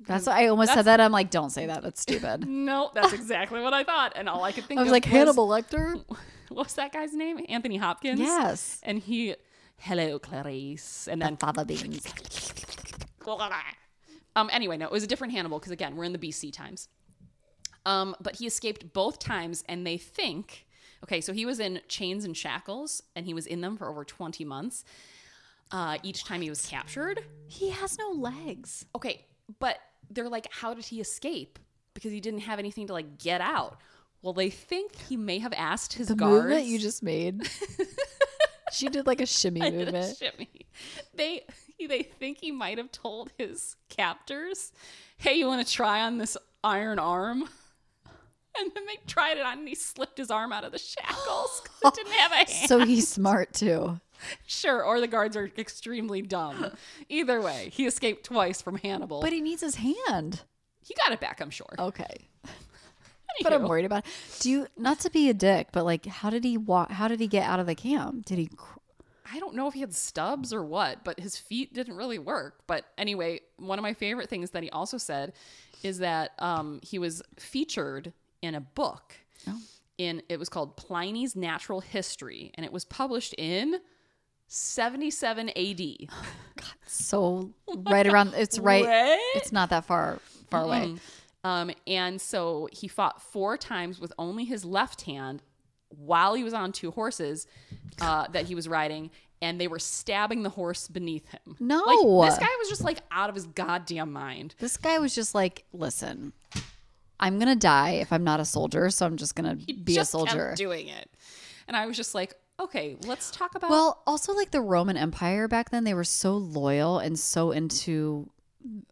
[SPEAKER 2] That's why I almost said that. I'm like, don't say that. That's stupid.
[SPEAKER 1] No, that's exactly what I thought. And all I could think
[SPEAKER 2] I was
[SPEAKER 1] of
[SPEAKER 2] like, Hannibal Lecter?
[SPEAKER 1] What was that guy's name? Anthony Hopkins?
[SPEAKER 2] Yes.
[SPEAKER 1] And he, hello, Clarice. And then
[SPEAKER 2] Fava beans.
[SPEAKER 1] Um, anyway, no, it was a different Hannibal because again, we're in the BC times. Um, but he escaped both times, and they think okay, so he was in chains and shackles, and he was in them for over 20 months. Uh, each time he was captured.
[SPEAKER 2] He has no legs.
[SPEAKER 1] Okay, but they're like, how did he escape? Because he didn't have anything to like get out. Well, they think he may have asked his
[SPEAKER 2] The
[SPEAKER 1] guards.
[SPEAKER 2] movement you just made. she did like a shimmy
[SPEAKER 1] did a
[SPEAKER 2] movement.
[SPEAKER 1] shimmy. They they think he might have told his captors, "Hey, you want to try on this iron arm?" And then they tried it on, and he slipped his arm out of the shackles. 'cause it didn't have a hand.
[SPEAKER 2] So he's smart too.
[SPEAKER 1] sure, or the guards are extremely dumb. Either way, he escaped twice from Hannibal,
[SPEAKER 2] But
[SPEAKER 1] but
[SPEAKER 2] he needs his hand.
[SPEAKER 1] he got it back, I'm sure.
[SPEAKER 2] Okay. But I'm
[SPEAKER 1] Anywho.
[SPEAKER 2] worried about. Do you not to be a dick, but like, how did he walk? How did he get out of the camp? Did he? cr-
[SPEAKER 1] I don't know if he had stubs or what, but his feet didn't really work. But anyway, one of my favorite things that he also said is that um, he was featured in a book. In it was called Pliny's Natural History, and it was published in 77 AD.
[SPEAKER 2] So right around. It's right.
[SPEAKER 1] What?
[SPEAKER 2] It's not that far far away.
[SPEAKER 1] Um, and so he fought four times with only his left hand while he was on two horses uh, that he was riding, and they were stabbing the horse beneath him.
[SPEAKER 2] No.
[SPEAKER 1] Like, this guy was just like out of his goddamn mind.
[SPEAKER 2] This guy was just like, listen, I'm gonna die if I'm not a soldier, so I'm just gonna be
[SPEAKER 1] just
[SPEAKER 2] a soldier.
[SPEAKER 1] kept doing it, and I was just like, okay, let's talk about.
[SPEAKER 2] Well, also like the Roman Empire back then, they were so loyal and so into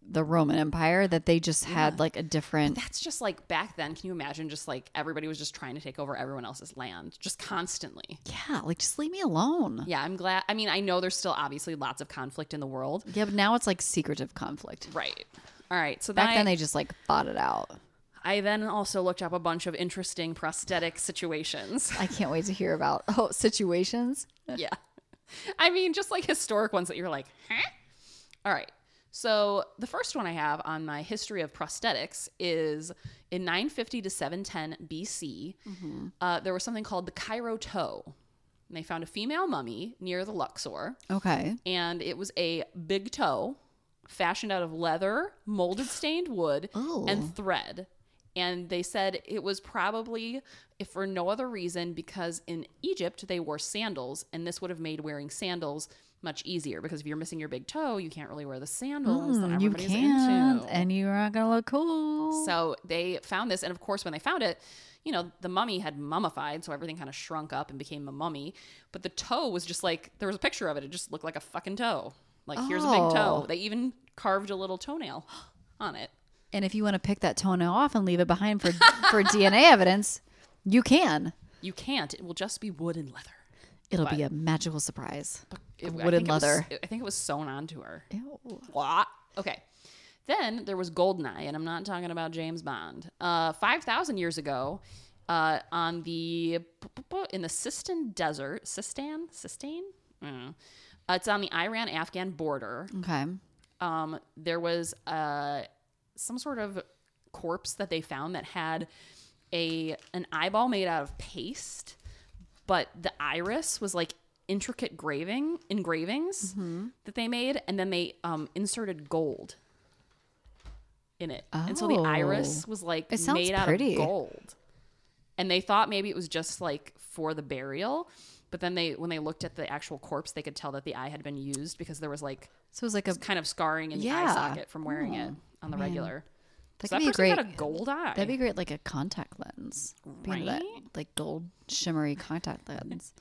[SPEAKER 2] the Roman Empire that they just had like a different.
[SPEAKER 1] that's just like back then. Can you imagine? Just like everybody was just trying to take over everyone else's land, just constantly.
[SPEAKER 2] Yeah, like just leave me alone.
[SPEAKER 1] Yeah, I'm glad. I mean, I know there's still obviously lots of conflict in the world.
[SPEAKER 2] Yeah, but now it's like secretive conflict.
[SPEAKER 1] Right. All right. So
[SPEAKER 2] Back
[SPEAKER 1] I,
[SPEAKER 2] then, they just like fought it out.
[SPEAKER 1] I then also looked up a bunch of interesting prosthetic situations.
[SPEAKER 2] I can't wait to hear about oh situations.
[SPEAKER 1] yeah. I mean, just like historic ones that you're like, huh? All right. So the first one I have on my history of prosthetics is in 950 to 710 BC, uh, there was something called the Cairo toe. And they found a female mummy near the Luxor,
[SPEAKER 2] Okay,
[SPEAKER 1] and it was a big toe fashioned out of leather, molded stained wood,
[SPEAKER 2] Oh.
[SPEAKER 1] and thread. And they said it was probably, if for no other reason, because in Egypt they wore sandals, and this would have made wearing sandals much easier because if you're missing your big toe, you can't really wear the sandals that
[SPEAKER 2] Hmm, you
[SPEAKER 1] everybody's
[SPEAKER 2] can,
[SPEAKER 1] into.
[SPEAKER 2] and you're not gonna look cool.
[SPEAKER 1] So they found this, and of course, when they found it, you know, the mummy had mummified, so everything kind of shrunk up and became a mummy. But the toe was just like there was a picture of it; it just looked like a fucking toe. Like here's a big toe.
[SPEAKER 2] Oh.
[SPEAKER 1] They even carved a little toenail on it.
[SPEAKER 2] And if you want to pick that toenail off and leave it behind for for DNA evidence, you can.
[SPEAKER 1] You can't; it will just be wood and leather.
[SPEAKER 2] It'll be a magical surprise.
[SPEAKER 1] It- I
[SPEAKER 2] Wood and
[SPEAKER 1] think it was-
[SPEAKER 2] leather.
[SPEAKER 1] I think it was sewn onto her.
[SPEAKER 2] Ew.
[SPEAKER 1] What? Okay. Then there was Goldeneye, and I'm not talking about James Bond. Uh, Five thousand years ago, uh, on the in the Sistan Desert, Sistan, Sistan. Mm. Uh, it's on the Iran-Afghan border.
[SPEAKER 2] Okay.
[SPEAKER 1] Um, there was uh, some sort of corpse that they found that had a an eyeball made out of paste, but the iris was like intricate graving engravings
[SPEAKER 2] Mm-hmm.
[SPEAKER 1] that they made, and then they um, inserted gold in it, and so the iris
[SPEAKER 2] Oh.
[SPEAKER 1] was like
[SPEAKER 2] It sounds
[SPEAKER 1] made out
[SPEAKER 2] pretty.
[SPEAKER 1] of gold. And they thought maybe it was just like for the burial, But then they, when they looked at the actual corpse, they could tell that the eye had been used because there was like
[SPEAKER 2] So it was like a
[SPEAKER 1] kind of scarring in the eye
[SPEAKER 2] Yeah. Oh,
[SPEAKER 1] socket from wearing it on the regular.
[SPEAKER 2] that
[SPEAKER 1] so
[SPEAKER 2] could
[SPEAKER 1] that
[SPEAKER 2] be a
[SPEAKER 1] person
[SPEAKER 2] great.
[SPEAKER 1] got a gold eye.
[SPEAKER 2] that'd be great, like a contact lens, Being that,
[SPEAKER 1] Right?
[SPEAKER 2] like gold shimmery contact lens.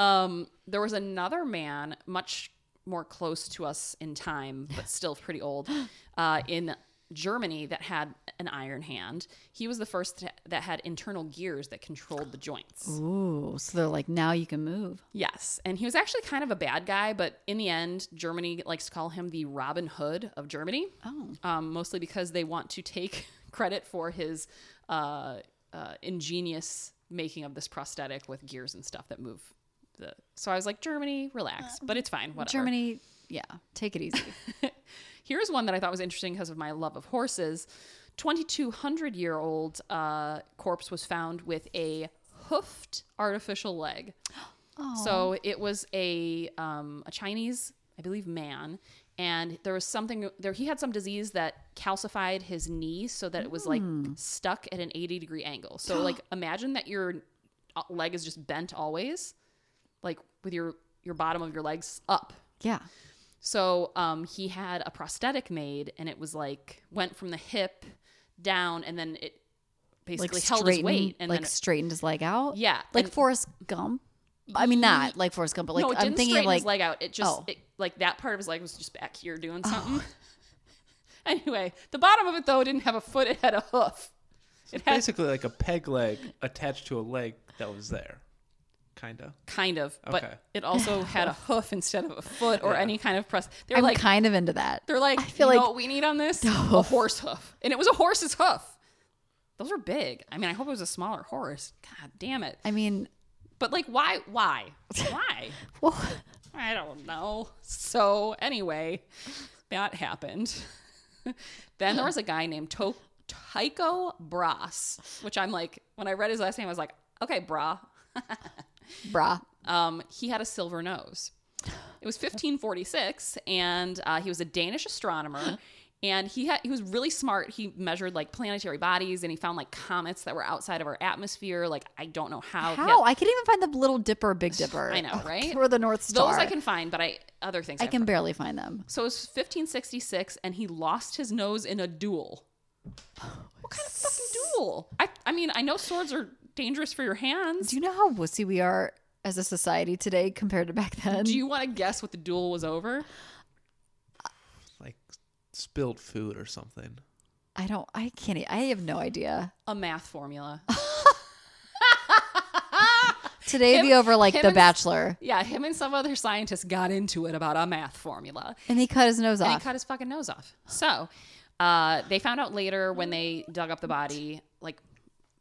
[SPEAKER 1] Um, there was another man, much more close to us in time, but still pretty old, uh, in Germany that had an iron hand. He was the first th- that had internal gears that controlled the joints.
[SPEAKER 2] Ooh, so they're like now you can move.
[SPEAKER 1] Yes, and he was actually kind of a bad guy, but in the end, Germany likes to call him the Robin Hood of Germany,
[SPEAKER 2] Oh,
[SPEAKER 1] um, mostly because they want to take credit for his uh, uh, ingenious making of this prosthetic with gears and stuff that move. The... So I was like, Germany, relax, but it's fine. Whatever.
[SPEAKER 2] Germany. Yeah, take it easy.
[SPEAKER 1] Here's one that I thought was interesting because of my love of horses. 2,200 year old uh, corpse was found with a hoofed artificial leg. So it was a um, a Chinese, I believe, man, and there was something there. He had some disease that calcified his knee, so that it was like stuck at an 80 degree angle. So like imagine that your uh, leg is just bent always, like with your your bottom of your legs up
[SPEAKER 2] yeah.
[SPEAKER 1] so um, he had a prosthetic made, and it was like went from the hip down, and then it
[SPEAKER 2] Like
[SPEAKER 1] basically held his
[SPEAKER 2] straightened,
[SPEAKER 1] weight, and
[SPEAKER 2] like
[SPEAKER 1] then
[SPEAKER 2] straightened his leg out.
[SPEAKER 1] yeah,
[SPEAKER 2] like
[SPEAKER 1] and-
[SPEAKER 2] Forrest Gump. I mean, not like Forrest Gump, but like
[SPEAKER 1] no, it
[SPEAKER 2] I'm
[SPEAKER 1] didn't
[SPEAKER 2] thinking
[SPEAKER 1] straighten
[SPEAKER 2] like
[SPEAKER 1] his leg out. It just
[SPEAKER 2] Oh.
[SPEAKER 1] it, like that part of his leg was just back here doing something. anyway, the bottom of it though didn't have a foot; it had a hoof. It had
[SPEAKER 3] Basically, like a peg leg attached to a leg that was there, kind of.
[SPEAKER 1] kind of,
[SPEAKER 3] Okay.
[SPEAKER 1] but it also had a hoof instead of a foot or any kind of press. They were
[SPEAKER 2] I'm
[SPEAKER 1] like,
[SPEAKER 2] kind of into that.
[SPEAKER 1] they're like,
[SPEAKER 2] I feel
[SPEAKER 1] you know
[SPEAKER 2] like
[SPEAKER 1] what we need on this a horse hoof, and it was a horse's hoof. Those are big. I mean, I hope it was a smaller horse. God damn it!
[SPEAKER 2] I mean,
[SPEAKER 1] But like, why? Why? Why?
[SPEAKER 2] well,
[SPEAKER 1] I don't know. So anyway, that happened. then there was a guy named to- Tycho Brass, which I'm like, when I read his last name, I was like, okay, brah.
[SPEAKER 2] brah.
[SPEAKER 1] Um, he had a silver nose. It was 1546, and uh, he was a Danish astronomer. And he had he was really smart. He measured like planetary bodies, and he found like comets that were outside of our atmosphere. Like I don't know how. He had-
[SPEAKER 2] How I could even find the Little Dipper, Big Dipper.
[SPEAKER 1] I know, right?
[SPEAKER 2] Or the North Star.
[SPEAKER 1] Those I can find, but I other things
[SPEAKER 2] I
[SPEAKER 1] I've
[SPEAKER 2] can barely find them.
[SPEAKER 1] So it was 1566, and he lost his nose in a duel. What kind of fucking duel? I, I mean, I know swords are dangerous for your hands.
[SPEAKER 2] Do you know how wussy we are as a society today compared to back then?
[SPEAKER 1] Do you want to guess what the duel was over?
[SPEAKER 3] Like spilled food or something.
[SPEAKER 2] I don't. I can't. e- I have no idea.
[SPEAKER 1] A math formula.
[SPEAKER 2] Today it'd be over like
[SPEAKER 1] him
[SPEAKER 2] The
[SPEAKER 1] and-
[SPEAKER 2] Bachelor,
[SPEAKER 1] yeah, him and some other scientists got into it about a math formula.
[SPEAKER 2] and he cut his nose
[SPEAKER 1] And he
[SPEAKER 2] off.
[SPEAKER 1] cut his fucking nose off. So uh, they found out later when they dug up the body, like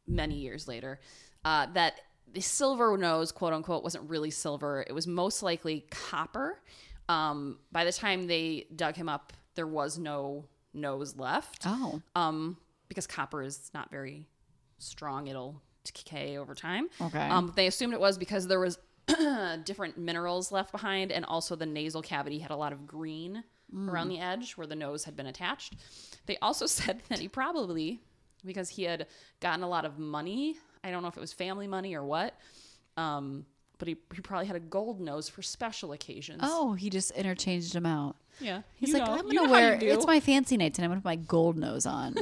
[SPEAKER 1] many years later, uh, that the silver nose, quote unquote, wasn't really silver. It was most likely copper. Um, by the time they dug him up, there was no nose left
[SPEAKER 2] oh,
[SPEAKER 1] um, because copper is not very strong. It'll decay over time.
[SPEAKER 2] Okay.
[SPEAKER 1] Um, they assumed it was because there was different minerals left behind, and also the nasal cavity had a lot of green
[SPEAKER 2] Mm.
[SPEAKER 1] around the edge where the nose had been attached. They also said that he probably, because he had gotten a lot of money, I don't know if it was family money or what, um, but he, he probably had a gold nose for special occasions.
[SPEAKER 2] oh, he just interchanged them out.
[SPEAKER 1] yeah.
[SPEAKER 2] He's
[SPEAKER 1] You
[SPEAKER 2] like,
[SPEAKER 1] know-
[SPEAKER 2] I'm
[SPEAKER 1] you know
[SPEAKER 2] gonna
[SPEAKER 1] how
[SPEAKER 2] wear.
[SPEAKER 1] you do.
[SPEAKER 2] It's my fancy night tonight. I'm gonna put my gold nose on.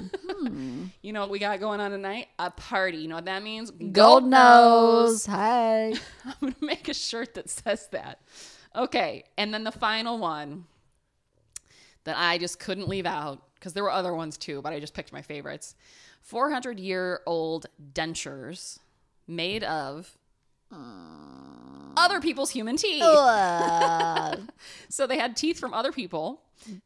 [SPEAKER 1] You know what we got going on tonight? A party. You know what that means? Gold,
[SPEAKER 2] gold nose. Hi.
[SPEAKER 1] I'm gonna make a shirt that says that. Okay, and then the final one that I just couldn't leave out because there were other ones too, but I just picked my favorites. 400 year old dentures made of uh, other people's human teeth. So they had teeth from other people.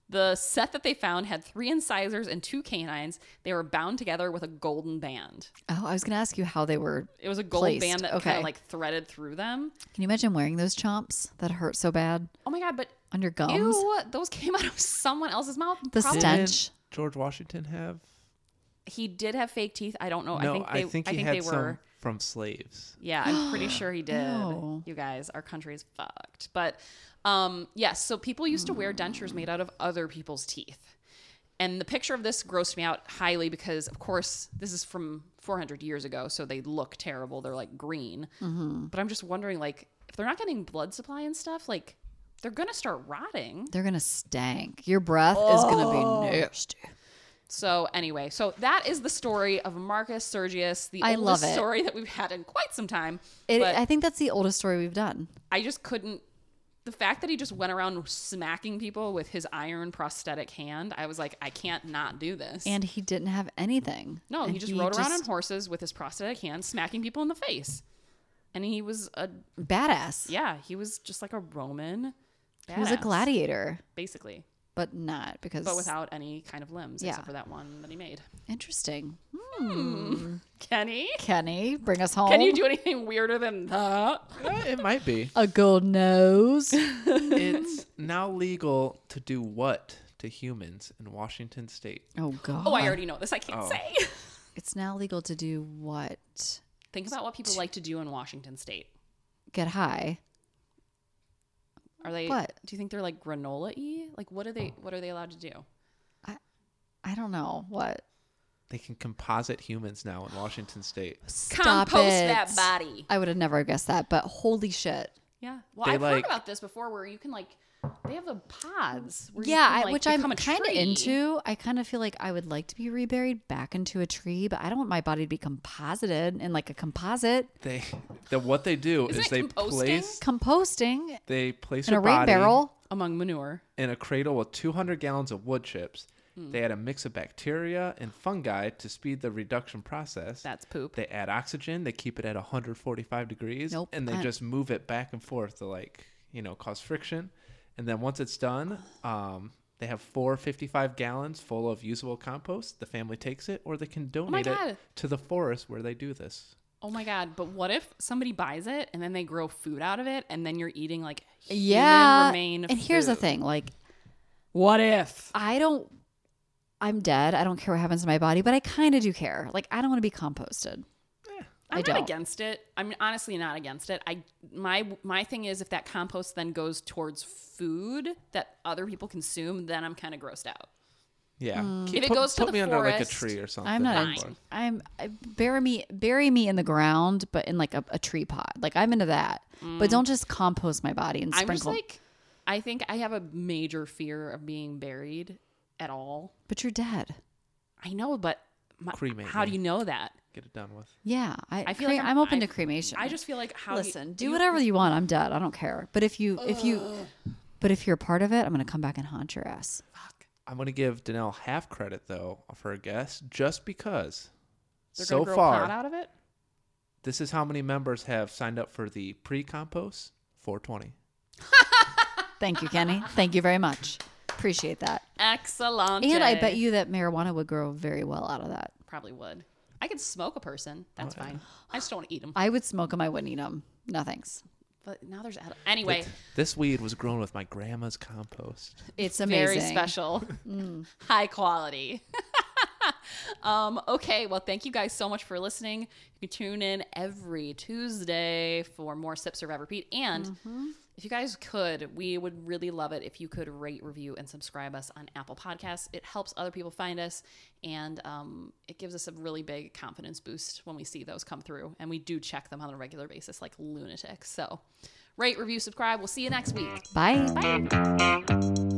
[SPEAKER 1] The set that they found had three incisors and two canines. They were bound together with a golden band.
[SPEAKER 2] Oh, I was gonna ask you how they were.
[SPEAKER 1] It was a gold
[SPEAKER 2] Placed,
[SPEAKER 1] band that kind
[SPEAKER 2] okay.
[SPEAKER 1] of like threaded through them.
[SPEAKER 2] Can you imagine wearing those chomps that hurt so bad
[SPEAKER 1] Oh my god! But
[SPEAKER 2] on your gums?
[SPEAKER 1] ew, those came out of someone else's mouth.
[SPEAKER 2] The
[SPEAKER 1] Probably-
[SPEAKER 2] stench.
[SPEAKER 3] Didn't George Washington have?
[SPEAKER 1] He did have fake teeth. I don't know. Oh, I
[SPEAKER 3] no,
[SPEAKER 1] think they. I think,
[SPEAKER 3] he had
[SPEAKER 1] they
[SPEAKER 3] some
[SPEAKER 1] were.
[SPEAKER 3] from slaves.
[SPEAKER 1] Yeah, I'm pretty sure he did.
[SPEAKER 2] Ew.
[SPEAKER 1] You guys, our country's fucked. But um, yes, so people used to wear dentures made out of other people's teeth. And the picture of this grossed me out highly because, of course, this is
[SPEAKER 2] Mm-hmm.
[SPEAKER 1] from 400 years ago, so they look terrible. They're like green. But I'm just wondering, like, if they're not getting blood supply and stuff, like they're gonna start rotting.
[SPEAKER 2] They're gonna stank. Your breath is gonna be nasty.
[SPEAKER 1] So anyway, so that is the story of Marcus Sergius, the
[SPEAKER 2] I love
[SPEAKER 1] oldest
[SPEAKER 2] it.
[SPEAKER 1] story that we've had in quite some time.
[SPEAKER 2] It,
[SPEAKER 1] but
[SPEAKER 2] I think that's the oldest story we've done.
[SPEAKER 1] I just couldn't. The fact that he just went around smacking people with his iron prosthetic hand, I was like, I can't not do this.
[SPEAKER 2] And he didn't have anything.
[SPEAKER 1] no,
[SPEAKER 2] And
[SPEAKER 1] he just rode around on horses with his prosthetic hand, smacking people in the face. And he was a
[SPEAKER 2] badass.
[SPEAKER 1] yeah, he was just like a Roman.
[SPEAKER 2] He was a
[SPEAKER 1] badass,
[SPEAKER 2] gladiator,
[SPEAKER 1] basically,
[SPEAKER 2] but not because.
[SPEAKER 1] but without any kind of limbs
[SPEAKER 2] Yeah.
[SPEAKER 1] except for that one that he made.
[SPEAKER 2] Interesting.
[SPEAKER 1] Kenny,
[SPEAKER 2] Kenny, bring us home.
[SPEAKER 1] can you do anything weirder than that?
[SPEAKER 3] Eh, it might be.
[SPEAKER 2] a gold nose? Oh,
[SPEAKER 3] It's now legal to do what to humans in Washington state?
[SPEAKER 2] oh God.
[SPEAKER 1] Oh, I already know this. I can't
[SPEAKER 3] Oh.
[SPEAKER 1] say.
[SPEAKER 2] It's now legal to do what?
[SPEAKER 1] Think about what people like to do in Washington State.
[SPEAKER 2] Get high.
[SPEAKER 1] Are they?
[SPEAKER 2] What?
[SPEAKER 1] do you think they're like granola y? Like what are they? What are they allowed to do?
[SPEAKER 2] I don't know what.
[SPEAKER 3] They can composite humans now in Washington state.
[SPEAKER 2] Stop
[SPEAKER 1] Compost
[SPEAKER 2] it.
[SPEAKER 1] that body.
[SPEAKER 2] I would have never guessed that, but holy shit.
[SPEAKER 1] Yeah. Well,
[SPEAKER 3] They
[SPEAKER 1] I've heard
[SPEAKER 3] like-
[SPEAKER 1] about this before, where you can like they have the pods. Where you
[SPEAKER 2] yeah,
[SPEAKER 1] can,
[SPEAKER 2] I,
[SPEAKER 1] like,
[SPEAKER 2] which I'm
[SPEAKER 1] become a
[SPEAKER 2] kind of
[SPEAKER 1] tree.
[SPEAKER 2] into. I kind of feel like I would like to be reburied back into a tree, but I don't want my body to be composited in like a composite.
[SPEAKER 3] They, the what they do
[SPEAKER 1] Isn't
[SPEAKER 3] is
[SPEAKER 1] it
[SPEAKER 3] they
[SPEAKER 1] composting?
[SPEAKER 3] place
[SPEAKER 2] Composting
[SPEAKER 3] they place
[SPEAKER 2] in
[SPEAKER 3] your
[SPEAKER 2] a rain
[SPEAKER 3] body
[SPEAKER 2] barrel.
[SPEAKER 1] among manure.
[SPEAKER 3] in a cradle with 200 gallons of wood chips.
[SPEAKER 1] Hmm.
[SPEAKER 3] They add a mix of bacteria and fungi to speed the reduction process.
[SPEAKER 1] That's poop.
[SPEAKER 3] They add oxygen. They keep it at 145 degrees,
[SPEAKER 2] Nope,
[SPEAKER 3] and they
[SPEAKER 2] I-
[SPEAKER 3] just move it back and forth to like you know cause friction. And then once it's done, um, they have four 55 gallons full of usable compost. The family takes it, or they can donate
[SPEAKER 1] Oh God.
[SPEAKER 3] it to the forest where they do this.
[SPEAKER 1] oh my god! But what if somebody buys it and then they grow food out of it, and then you're eating like human
[SPEAKER 2] yeah.
[SPEAKER 1] remain.
[SPEAKER 2] and here's the
[SPEAKER 1] food?
[SPEAKER 2] thing: like
[SPEAKER 1] What if?
[SPEAKER 2] I don't. I'm dead. I don't care what happens to my body, but I kind of do care. Like I don't want to be composted.
[SPEAKER 1] I'm
[SPEAKER 2] I
[SPEAKER 1] not
[SPEAKER 2] don't.
[SPEAKER 1] against it. I'm honestly not against it. I my my thing is if that compost then goes towards food that other people consume, then I'm kind of grossed out.
[SPEAKER 3] Yeah, Keep-
[SPEAKER 1] If it
[SPEAKER 3] put,
[SPEAKER 1] goes to
[SPEAKER 3] put
[SPEAKER 1] the
[SPEAKER 3] me under like a
[SPEAKER 1] forest,
[SPEAKER 3] tree or something.
[SPEAKER 2] I'm not.
[SPEAKER 1] Fine.
[SPEAKER 2] In, I'm I, bury me, bury me in the ground, but in like a, a tree pot. Like I'm into that, but don't just compost my body and
[SPEAKER 1] Mm. I'm just
[SPEAKER 2] sprinkle.
[SPEAKER 1] like I think I have a major fear of being buried at all.
[SPEAKER 2] but you're dead.
[SPEAKER 1] I know, but my,
[SPEAKER 3] Cremate
[SPEAKER 1] how do
[SPEAKER 3] me.
[SPEAKER 1] you know that?
[SPEAKER 3] Get it done with.
[SPEAKER 2] Yeah, I,
[SPEAKER 1] I feel
[SPEAKER 2] cre-
[SPEAKER 1] like
[SPEAKER 2] I'm, open
[SPEAKER 1] I-
[SPEAKER 2] to cremation.
[SPEAKER 1] I just feel like how do you-
[SPEAKER 2] listen, do whatever you want. I'm dead. I don't care. But if you, if you, but if you're a part of it, I'm gonna come back and haunt your ass.
[SPEAKER 3] I'm gonna give Danelle half credit though for a guess, just because.
[SPEAKER 1] They're
[SPEAKER 3] so
[SPEAKER 1] gonna grow
[SPEAKER 3] far,
[SPEAKER 1] pot out of it.
[SPEAKER 3] This is how many members have signed up for the pre compost 420.
[SPEAKER 2] Thank you, Kenny. Thank you very much. Appreciate that.
[SPEAKER 1] Excellent.
[SPEAKER 2] And I bet you that marijuana would grow very well out of that.
[SPEAKER 1] probably would. I could smoke a person. That's
[SPEAKER 3] Oh,
[SPEAKER 1] fine. I just don't want to eat them.
[SPEAKER 2] I would smoke them. I wouldn't eat them. No thanks.
[SPEAKER 1] But now there's ad- anyway.
[SPEAKER 3] This weed was grown with my grandma's compost.
[SPEAKER 2] It's amazing. Mm.
[SPEAKER 1] Very special. High quality. um, okay, well, thank you guys so much for listening. You can tune in every Tuesday for more Sip Survive Repeat. And
[SPEAKER 2] Mm-hmm.
[SPEAKER 1] if you guys could, we would really love it if you could rate, review, and subscribe us on Apple Podcasts. It helps other people find us and um, it gives us a really big confidence boost when we see those come through. And we do check them on a regular basis like lunatics. So rate, review, subscribe. We'll see you next week.
[SPEAKER 2] Bye.
[SPEAKER 1] Bye.